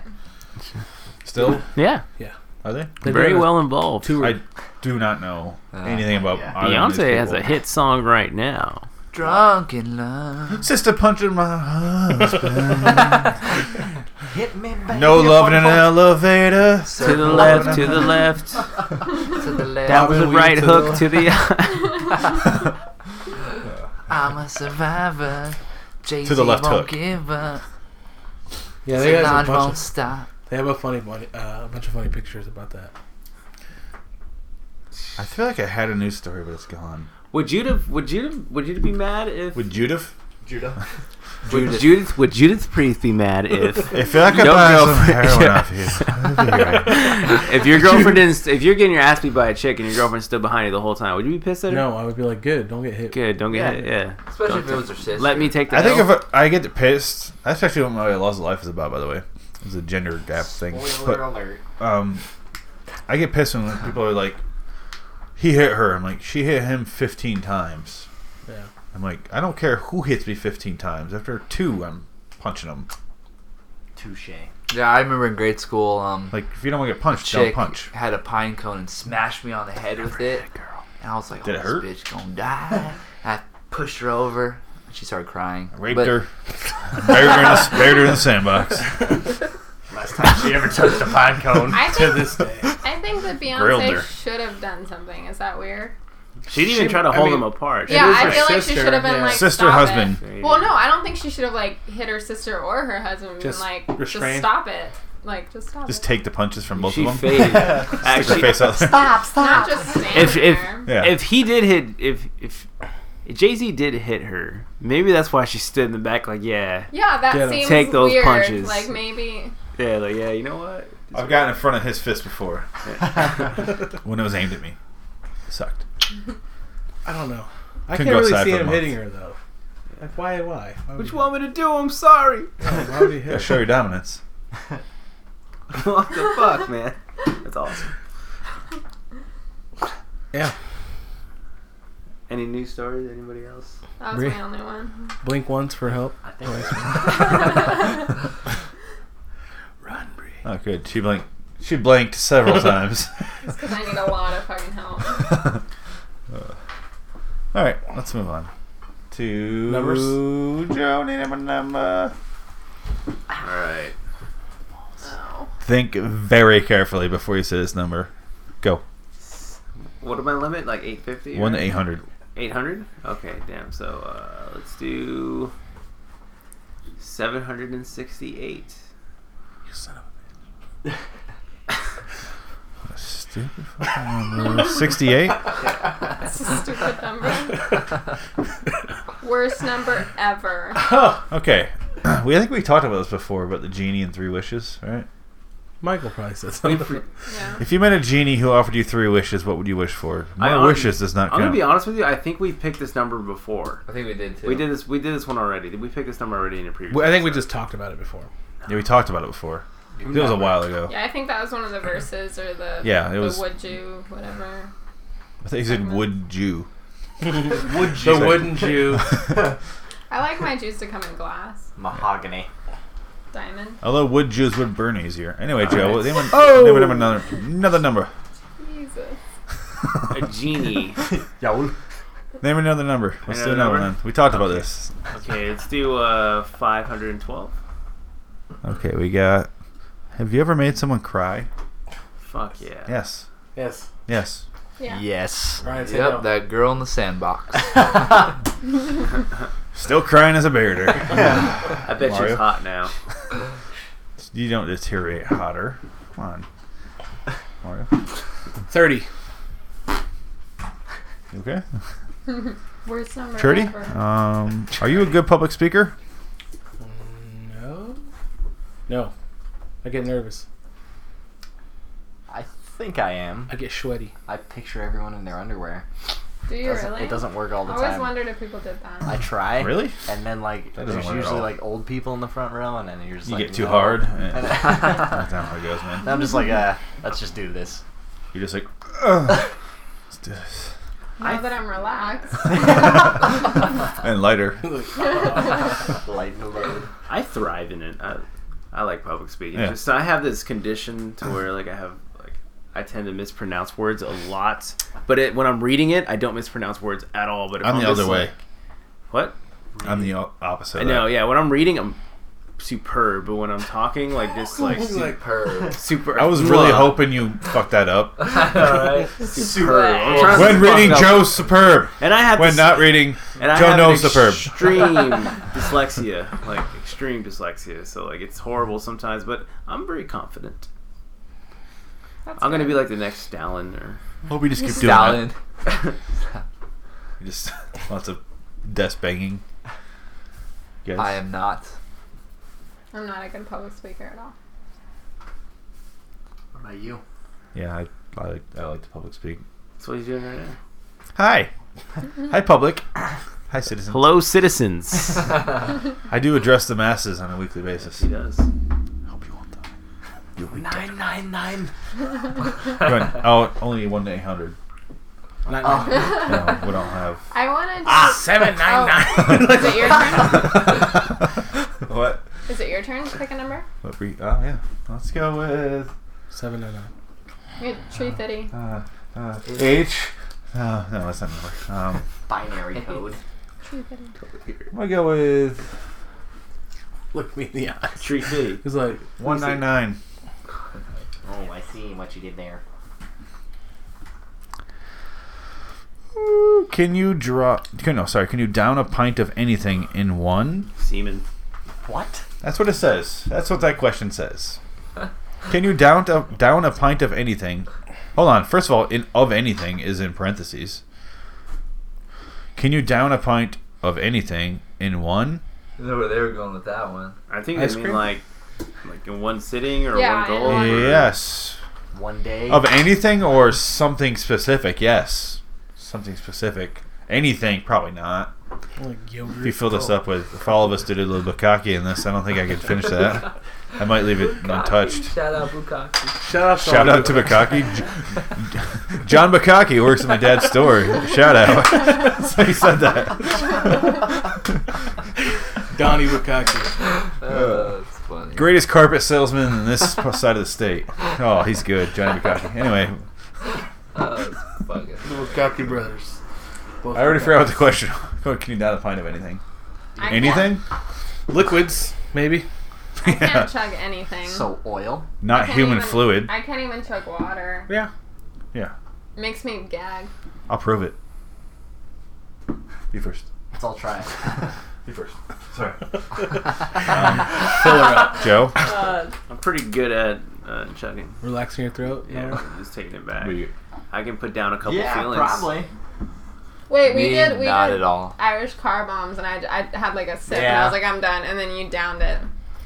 S4: still?
S8: Yeah.
S4: Are they?
S3: They're
S8: very
S3: doing a
S8: well involved.
S3: Tour.
S4: I do not know
S7: Uh,
S4: anything about
S9: yeah.
S4: either one of these
S8: Beyonce has a
S4: people.
S8: hit song right now.
S7: Drunk in love.
S4: Sister punching my husband.
S9: Hit me back.
S4: no love in an elevator.
S8: To the left. To the left.
S7: To the left.
S8: That was a
S3: Robin
S8: right
S3: Williams
S8: hook to the.
S7: I'm a survivor. Jay-Z
S4: To the left
S7: won't
S4: hook.
S7: give up.
S3: Yeah, they, got a
S7: Solange won't
S3: bunch of,
S7: stop.
S3: they have a funny, bunny, uh, a bunch of funny pictures about that.
S4: I feel like I had a news story, but it's gone.
S8: Would you have? Would you? have- Would you be mad if?
S4: With Judith,
S8: Would Judith would Judith Priest be mad if
S4: I feel like I
S8: Don't
S4: buy
S8: go
S4: some
S8: for-
S4: heroin
S8: yeah.
S4: off you.
S8: if your girlfriend didn't if you're getting your ass beat by a chick and your girlfriend stood behind you the whole time would you be pissed at her?
S3: No, I would be like, good, don't get hit.
S8: Good, don't get
S7: Yeah.
S8: hit. Yeah,
S7: Especially if it was her sister.
S8: let me take the.
S4: I think
S8: L.
S4: if I, I get pissed, that's actually what my loss of life is about. By the way, It's a gender gap thing.
S9: Spoiler
S4: But,
S9: alert.
S4: um, I get pissed when people are like, "He hit her." I'm like, "She hit him 15 times."
S3: Yeah.
S4: I'm like, I don't care who hits me 15 times. After two, I'm punching them.
S9: Touche.
S7: Yeah, I remember in grade school, um,
S4: Like, if you don't want to get punched, don't
S7: chick
S4: punch.
S7: had a pine cone and smashed me on the head with it. And I was like,
S4: Did
S7: oh,
S4: it hurt?
S7: this bitch gonna die. I pushed her over. and She started crying.
S4: Raped
S7: But-
S4: her. buried, her in the, buried her in the sandbox.
S9: Last time she ever touched a pine cone.
S6: I
S3: to
S6: think
S3: this day.
S6: I think that
S4: Grilled her.
S6: Beyonce should have done something. Is that weird?
S8: She didn't even try to
S3: I
S8: hold
S3: mean-
S8: them apart.
S6: Yeah,
S3: was
S6: I
S3: her
S6: feel like she
S3: sister,
S6: should have been
S3: yeah.
S6: like
S4: Sister,
S6: stop
S4: husband.
S6: It. Well, no, I don't think she should have like hit her sister or her husband
S3: Just
S6: and been like
S3: restrain.
S6: just stop it, like just stop
S4: Just
S6: it.
S4: take the punches from both
S8: She
S4: of them.
S8: faded.
S4: Stick your
S8: Actually,
S4: face out there.
S6: stop, stop. Not just stand
S8: if if
S6: there.
S4: Yeah.
S8: if he did hit if if Jay Z did hit her, maybe that's why she stood in the back like yeah
S6: yeah, that
S3: Get 'em.
S6: seems
S8: Take those
S6: weird.
S8: punches.
S6: Like maybe
S8: yeah like yeah you know what
S4: I've gotten in front of his fist before. when it was aimed at me. It sucked.
S3: I don't know. I
S4: Couldn't go
S3: can't really
S4: outside
S3: see
S4: for a
S3: him
S4: month.
S3: hitting her though. Like why? Why? why would
S8: what
S3: he-
S8: you want me to do? I'm sorry.
S3: Why would he hit
S4: Yeah,
S3: her?
S4: show your dominance.
S8: what the fuck, man? That's awesome.
S3: Yeah.
S8: Any news stories? Anybody else?
S6: that was
S3: Re-
S6: my only one.
S3: Blink once for help.
S9: I think
S3: Run, Bree.
S4: Oh, good. She blinked. She blinked several times.
S6: Because I need a lot of fucking help.
S4: Uh, all right, let's move on to
S3: Numbers.
S4: Joni number number.
S7: All right.
S6: Oh.
S4: Think very carefully before you say this number. Go
S8: What am I limit? Like 850?
S4: one eight hundred.
S8: 800? Okay, damn. So uh, let's do 768.
S3: You son of a
S4: Stupid fucking number. Sixty-eight.
S6: That's a stupid number. Worst number ever.
S4: Okay. We I think we talked about this before about the genie and three wishes, right?
S3: Michael probably said something.
S6: Yeah.
S4: If you met a genie who offered you three wishes, what would you wish for?
S8: I
S4: More
S8: hon-
S4: wishes does not
S8: I'm gonna
S4: count.
S8: be honest with you. I think we picked this number before.
S7: I think we did too.
S8: We did this. We did this one already. Did we pick this number already in a previous?
S3: Well, I think we just talked about it before.
S4: yeah, we talked about it before. It was a while ago.
S6: Yeah, I think that was one of the verses or the
S4: Yeah, it
S6: the
S4: was-
S6: would you whatever.
S4: I think he said would you.
S9: would
S3: The
S9: you?
S3: wooden Jew.
S6: I like my juice to come in glass,
S9: Mahogany.
S6: diamond.
S4: Although wood Jews would burn easier. Anyway, Joe, name, an-
S3: Oh!
S4: name an- another another number.
S6: Jesus.
S8: a genie.
S9: Yo.
S4: Name another number. Let's do
S8: Another
S4: another
S8: number?
S4: one. We talked about this.
S8: Okay, let's do uh 512.
S4: Okay, we got. Have you ever made someone cry?
S8: Fuck yeah.
S4: Yes.
S3: yes.
S4: Yes.
S6: Yeah.
S9: Yes.
S3: Brian said
S7: Yep,
S3: no.
S7: that girl in the sandbox.
S4: Still crying as a bear.
S8: I bet
S4: Mario.
S8: she's hot now.
S4: you don't deteriorate hotter. Come on, Mario.
S3: Thirty.
S4: You okay?
S6: Worst number
S4: Charity.
S6: ever.
S4: Um, are you a good public speaker?
S3: No. No. I get nervous.
S9: I think I am.
S3: I get sweaty.
S9: I picture everyone in their underwear.
S6: Do you
S9: Doesn't-
S6: really?
S9: It doesn't work all
S6: I
S9: the
S6: always
S9: time.
S6: wondered if people did that.
S9: I try.
S4: Really?
S9: And then like
S4: That doesn't
S9: there's
S4: work at
S9: usually
S4: all.
S9: like old people in the front row, and then you're just
S4: You
S9: like,
S4: get too
S9: no.
S4: hard.
S9: And
S4: Yeah. That's
S9: then-
S4: not how it goes, man.
S9: and I'm just like, uh, let's just do this.
S4: You're just like. "Ugh." Let's do this.
S6: now that I'm relaxed.
S4: And lighter.
S9: Lighten the load.
S8: I thrive in it. I, I like public speaking.
S4: Yeah.
S8: Just- so I have this condition to where like I have like I tend to mispronounce words a lot. But it, when I'm reading it, I don't mispronounce words at all. But if I'm,
S4: I'm the other
S8: just,
S4: way. uh,
S8: like- what?
S4: I'm the o- opposite.
S8: I
S4: of
S8: know.
S4: that.
S8: Yeah. When I'm reading, I'm superb. But when I'm talking, like just like
S3: He's
S8: super.
S3: like,
S8: super
S4: I was really
S8: Blah.
S4: hoping you fucked that up.
S8: Alright. superb. I'm trying to
S4: When
S8: fuck
S4: reading
S8: up.
S4: Joe Superb.
S8: and I have
S4: When
S8: this-
S4: not reading
S8: And I
S4: Joe
S8: have
S4: No
S8: an
S4: Superb.
S8: extreme dyslexia, like extreme dyslexia. So like it's horrible sometimes, but I'm very confident.
S6: That's
S8: I'm gonna
S6: good.
S8: be like the next Stalin or
S4: Hope we just keep doing that.
S7: Stalin.
S4: Just lots of desk banging. Yes.
S7: I am not.
S6: I'm not a good public speaker at all.
S9: What about you?
S4: Yeah, I, I like I like to public speak.
S8: that's what he's doing right now.
S4: Hi,
S6: Mm-hmm.
S4: hi public, hi citizens.
S8: Hello, citizens.
S4: I do address the masses on a weekly basis.
S8: he does.
S4: Hope you want that. You'll be dead.
S9: Nine nine nine.
S4: Good. Oh, only one eight hundred.
S3: Not
S8: Oh.
S4: No, we don't have.
S6: I wanted to.
S3: Ah, seven nine nine.
S6: Is it your turn?
S4: what?
S6: Is it your turn to pick a number?
S4: What we? Oh yeah. Let's go with
S3: Seven oh nine nine.
S6: You're tree fitty.
S4: uh, uh, H. Uh, no, that's not number. Um,
S9: Binary code.
S6: Tree fitting.
S4: I'm gonna go with
S3: Look me in the eye.
S8: Tree City.
S3: He's like
S4: one nine nine.
S9: Oh, I see what you did there.
S4: Can you draw? Can, no, sorry. Can you down a pint of anything in one?
S8: Semen.
S9: What?
S4: That's what it says. That's what that question says. Can you down a, down a pint of anything? Hold on. First of all, in of anything is in parentheses. Can you down a pint of anything in one?
S7: I know where they were going with that one.
S8: I think
S4: Ice
S8: they mean
S4: cream?
S8: like like in one sitting or
S6: Yeah,
S8: one
S6: in
S8: goal.
S6: one-
S8: or-
S4: Yes.
S9: One day.
S4: Of anything or something specific? Yes. Something specific. Anything? Probably not.
S3: like yogurt.
S4: If you fill this up with, if all of us did a little bukkake in this, I don't think I could finish that. I might leave it untouched.
S7: Shout out Bukaki.
S3: Shout out.
S4: Shout out to Bukaki. J- John Bukaki works at my dad's store. Shout out. so he said that.
S3: Donnie Wakaki.
S7: Uh, that's funny.
S4: Greatest carpet salesman in this side of the state. Oh, he's good, Johnny Bukaki. Anyway,
S7: Uh, that's fucking.
S3: The Wakaki brothers. Both
S4: I already
S3: Wakaki.
S4: forgot what the question. was. Can you not find of anything?
S6: I
S4: Anything?
S3: Liquids, maybe.
S6: Can't, I
S4: Yeah.
S6: can't chug anything.
S9: So oil.
S6: I
S4: Not
S6: can't
S4: uh, human
S6: even-
S4: fluid.
S6: I can't even chug water.
S3: Yeah.
S4: Yeah,
S6: Makes me gag.
S4: I'll prove it. You first.
S9: Let's all try.
S4: You first. Sorry. Um,
S3: Fill her up.
S4: Joe?
S8: I'm pretty good at uh, chugging.
S3: Relaxing your throat.
S8: Yeah,
S3: Yeah.
S8: just taking it back.
S4: We-
S8: I can put down a couple
S9: yeah,
S8: feelings.
S9: probably.
S6: Wait, we
S7: Me,
S6: did. We
S7: not
S6: did
S7: at all.
S6: Irish car bombs, and I, I had like a sip, and I was
S9: Yeah.
S6: like, I'm done. And then you downed it.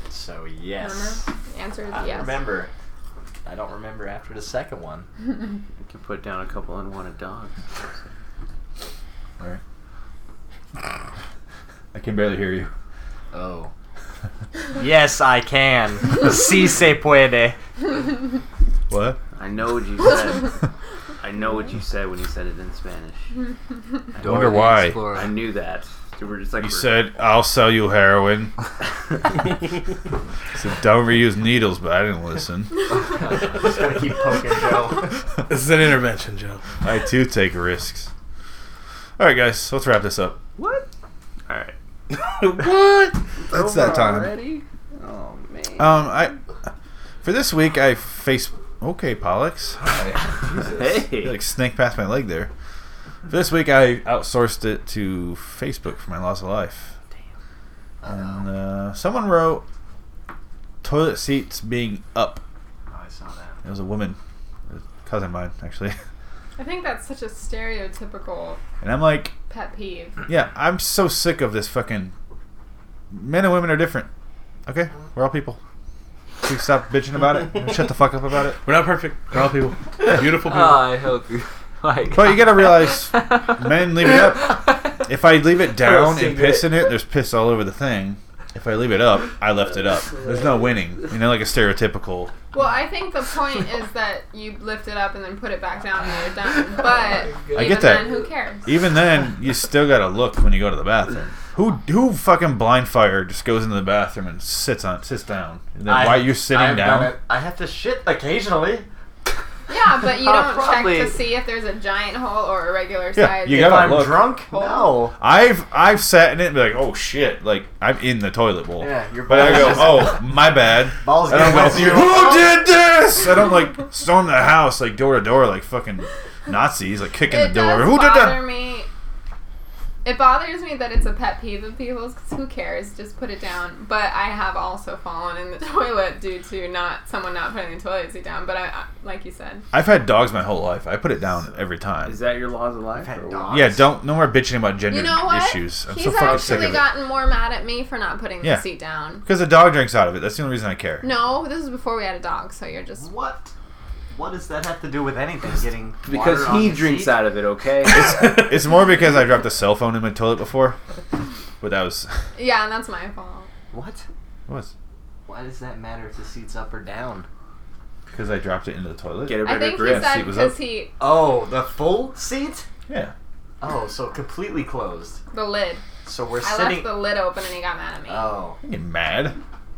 S9: So yes.
S6: Remember? The answer is
S9: I
S6: yes.
S9: remember. I don't remember after the second one.
S8: I can put down a couple unwanted dogs.
S4: All right. I can barely hear you.
S9: Oh. yes, I can. si se puede.
S4: What?
S8: I know what you said. I know what you said when you said it in Spanish.
S7: Dora
S4: wonder
S7: the
S4: why.
S7: Explorer.
S8: I knew that. We were just like
S4: You
S8: we're-
S4: said I'll sell you heroin. I said don't reuse needles, but I didn't listen.
S9: I'm just gonna keep poking Joe.
S3: This is an intervention, Joe.
S4: I too take risks. All right, guys, let's wrap this up.
S8: what? All right.
S3: what?
S4: It's that time.
S8: Already? Oh man.
S3: Uh,
S4: Um, I for this week I face okay, Pollux.
S8: hey.
S4: You, like snake past my leg there. For this week I outsourced it to Facebook for my loss of life. And uh, someone wrote toilet seats being up.
S7: Oh,
S9: I saw that.
S4: It was a woman, a cousin of mine actually.
S6: I think that's such a stereotypical
S4: And I'm like,
S6: pet peeve.
S4: Yeah, I'm so sick of this fucking. Men and women are different. Okay, we're all people. Please stop bitching about it. and Shut the fuck up about it.
S3: We're not perfect. We're all people. Beautiful people.
S7: Ah, I hope you. Like,
S4: But you gotta realize, men leave it up. If I leave it down and
S7: Secret.
S4: piss in it, there's piss all over the thing. If I leave it up, I left it up. There's no winning. You know, like a stereotypical.
S6: Well, I think the point is that you lift it up and then put it back down and you're done. But
S4: I
S6: even
S4: get
S6: then,
S4: that.
S6: who cares?
S4: Even then, you still gotta look when you go to the bathroom. Who who fucking blind fire just goes into the bathroom and sits on sits down? And then
S9: I-
S4: why are you sitting
S9: I've
S4: down?
S9: done it. I have to shit occasionally.
S6: Yeah, but you
S7: Oh,
S6: don't
S7: probably-
S6: check to see if there's a giant hole or a regular
S4: Yeah,
S6: size.
S4: you
S9: If
S4: gotta
S9: I'm
S4: look.
S9: drunk, no.
S4: I've I've sat in it and be like, oh shit, like I'm in the toilet bowl.
S9: Yeah, your
S4: But I
S9: balls
S4: go, oh
S9: just-
S4: my bad.
S9: Balls
S4: I
S9: get
S4: don't go,
S9: wet. so you're like,
S4: who did this? I don't like storm the house like door to door like fucking Nazis like kicking
S6: it
S4: the door.
S6: does
S4: Who did
S6: bother
S4: that?
S6: me. It bothers me that it's a pet peeve of people's. 'cause who cares? Just put it down. But I have also fallen in the toilet due to not someone not putting the toilet seat down. But I, I- like you said,
S4: I've had dogs my whole life. I put it down every time.
S8: Is that your laws of life?
S9: had
S8: or what?
S9: dogs.
S4: Yeah, don't no more bitching about gender
S6: you know what?
S4: issues. I'm
S6: He's
S4: so fucking sick
S6: actually
S4: of it.
S6: gotten more mad at me for not putting
S4: Yeah.
S6: the seat down.
S4: Because the dog drinks out of it. That's the only reason I care.
S6: No, this is before we had a dog, so you're just
S9: What? What does that have to do with anything? Getting
S8: Because
S9: water on
S8: he
S9: the
S8: drinks
S9: seat?
S8: out of it, okay?
S4: It's more because I dropped a cell phone in my toilet before. But that was
S6: yeah, and that's my fault.
S9: What?
S4: was.
S9: Why does that matter if the seat's up or down?
S4: Because I dropped it into the toilet.
S8: Get a
S6: I
S8: better
S6: think he
S8: grip.
S6: said
S4: seat was up.
S6: because he
S9: Oh, the full seat?
S4: Yeah.
S9: Oh, so completely closed.
S6: the lid.
S9: So we're
S6: I
S9: sitting.
S6: left the lid open and he got mad at me.
S9: Oh,
S4: I'm getting mad.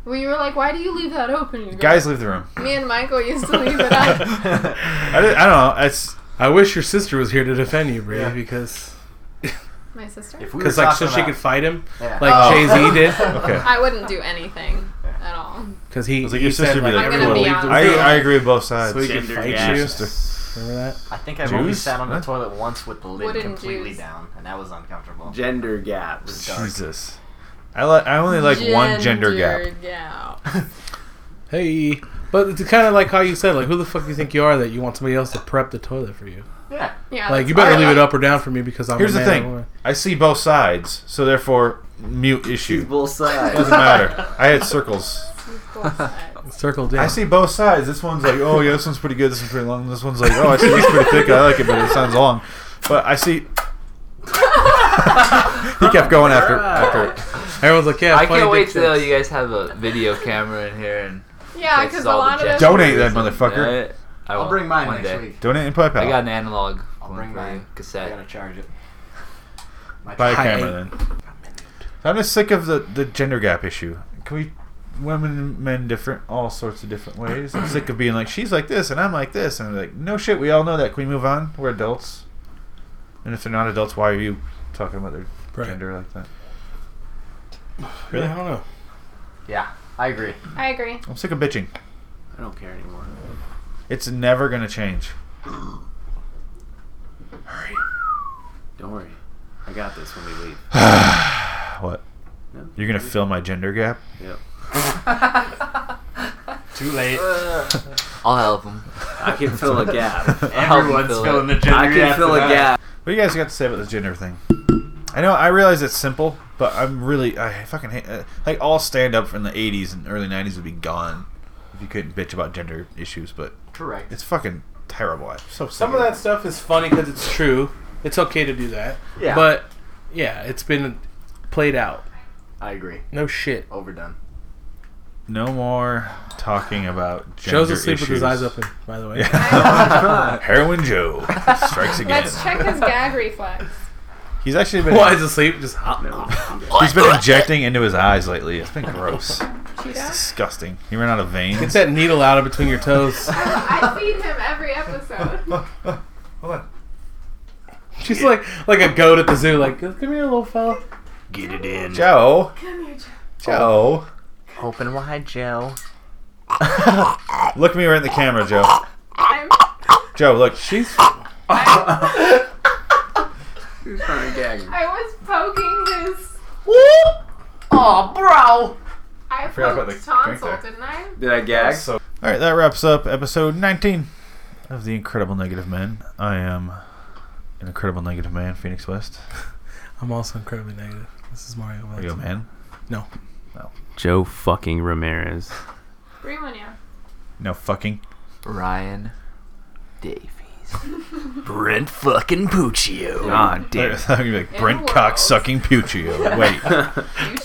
S6: we were like, "Why do you leave that open?" You
S4: Guys, leave the room.
S6: me and Michael used to leave it up.
S4: I, did, I don't know. It's
S3: I wish your sister was here to defend you, Brady,
S9: Yeah.
S3: because
S6: My sister.
S9: if we were
S3: because like so
S9: talking
S3: she
S9: about-
S3: could fight him,
S9: Yeah.
S3: like
S4: Oh.
S3: Jay Z did,
S4: okay.
S6: I wouldn't do anything at all.
S3: because he,
S4: was like,
S3: he
S4: your sister
S3: said
S4: be
S3: like
S4: like,
S6: I'm gonna
S3: everyone
S6: be
S3: leave the
S6: honest.
S3: room.
S4: I, I agree with both sides.
S3: So he can
S8: Gender
S3: fight
S8: gas.
S3: you.
S4: Sister.
S3: Remember that?
S9: I think I've only
S4: Jews?
S9: sat on the
S4: Huh?
S9: toilet once with the lid
S6: Wooden
S9: completely
S6: Jews.
S9: down, and that was uncomfortable.
S8: Gender
S9: It
S8: gaps.
S9: was dark.
S4: Jesus. I like. I only like one gender gap.
S6: gap.
S3: Hey, but it's kind of like how you said, like, who the fuck do you think you are that you want somebody else to prep the toilet for you?
S9: Yeah.
S6: Yeah,
S3: Like,
S6: that's
S3: you better
S6: fine.
S3: leave it up or down for me because I'm
S4: Here's
S3: a
S4: the
S3: man or
S4: thing.
S3: woman.
S4: I see both sides, so therefore mute issue.
S8: Both sides.
S4: Doesn't matter. I had circles.
S3: Circle down.
S4: I see both sides. This one's like, oh yeah, this one's pretty good. This one's pretty long. This one's like, oh, I see this pretty thick. I like it, but it sounds long. But I see. he kept going after after. it.
S3: Everyone's like, yeah,
S7: I
S3: funny
S7: can't wait
S3: dick
S7: till
S3: jokes.
S7: you guys have a video camera in here and
S6: Yeah, because
S7: fixes
S6: a
S7: all the
S6: lot of
S7: gestures
S6: us.
S4: Donate that
S7: and-
S4: motherfucker.
S7: Yeah, I
S9: I'll
S7: will,
S9: bring mine
S7: one
S9: next
S7: day.
S9: week.
S4: Donate in PayPal.
S7: I got an analog
S9: I'll
S7: one
S9: bring
S7: for you,
S9: mine. I gotta
S7: cassette.
S9: charge it. My
S4: Buy a
S3: Hi.
S4: camera then. I'm just sick of the, the gender gap issue. Can we, women and men different, all sorts of different ways. I'm sick of being like she's like this and I'm like this, and I'm like no shit, we all know that. Can we move on? We're adults. And if they're not adults, why are you talking about their
S3: Right.
S4: gender like that?
S3: Really? I don't know.
S9: Yeah, I agree.
S6: I agree.
S4: I'm sick of bitching.
S8: I don't care anymore.
S4: It's never gonna change.
S8: Don't worry. I got this when we leave.
S4: What?
S8: No.
S4: You're gonna fill my gender gap?
S8: Yep.
S9: Too late.
S7: I'll help him.
S8: I can fill a gap.
S7: Everyone's
S9: Everyone's
S7: fill filling
S9: filling the
S7: it.
S9: gender
S8: I can fill a gap.
S4: What do you guys got to say about this gender thing? I know I realize it's simple, but I'm really I fucking hate uh, like all stand up from the '80s and early '90s would be gone if you couldn't bitch about gender issues. But
S9: Correct.
S4: it's fucking terrible. I'm so sick
S3: Some of
S4: it.
S3: that stuff is funny because it's true. It's okay to do that.
S9: Yeah.
S3: But, yeah, it's been played out.
S9: I agree.
S3: No shit.
S9: Overdone.
S4: No more talking about gender
S3: Joe's asleep
S4: issues.
S3: with his eyes open, by the way.
S8: Oh,
S4: Heroin Joe strikes again.
S6: Let's check his gag reflex.
S4: He's actually been
S3: Well, eyes asleep, just hop.
S4: he's been injecting into his eyes lately. It's been gross.
S6: Cheetah?
S4: Disgusting. He ran out of
S3: Get
S4: veins.
S3: that needle out of between your toes.
S6: I feed him every episode.
S3: She's like like a goat at the zoo. Like, come here, little fella.
S8: Get it in.
S4: Joe,
S6: Come here, Joe.
S4: Joe,
S9: Oh. Open wide, Joe.
S4: look me right in the camera, Joe.
S6: I'm,
S4: Joe, look. She's
S6: I was poking his.
S9: Oh, bro.
S6: I
S4: forgot about
S6: poked
S4: the drink
S6: tonsil,
S4: there.
S6: didn't I?
S8: Did I gag?
S4: All right, that wraps up episode 19 of The Incredible Negative Men. I am an incredible negative man, Phoenix West.
S3: I'm also incredibly negative. This is Mario.
S4: Are you a man?
S3: No.
S8: Joe fucking Ramirez.
S6: Rewind yeah.
S4: No fucking.
S7: Ryan Davies. Brent fucking Puccio. Ah,
S4: I'm
S7: damn.
S4: gonna be like
S6: In
S4: Brent
S6: the world.
S4: cock sucking Puccio. Wait,
S6: You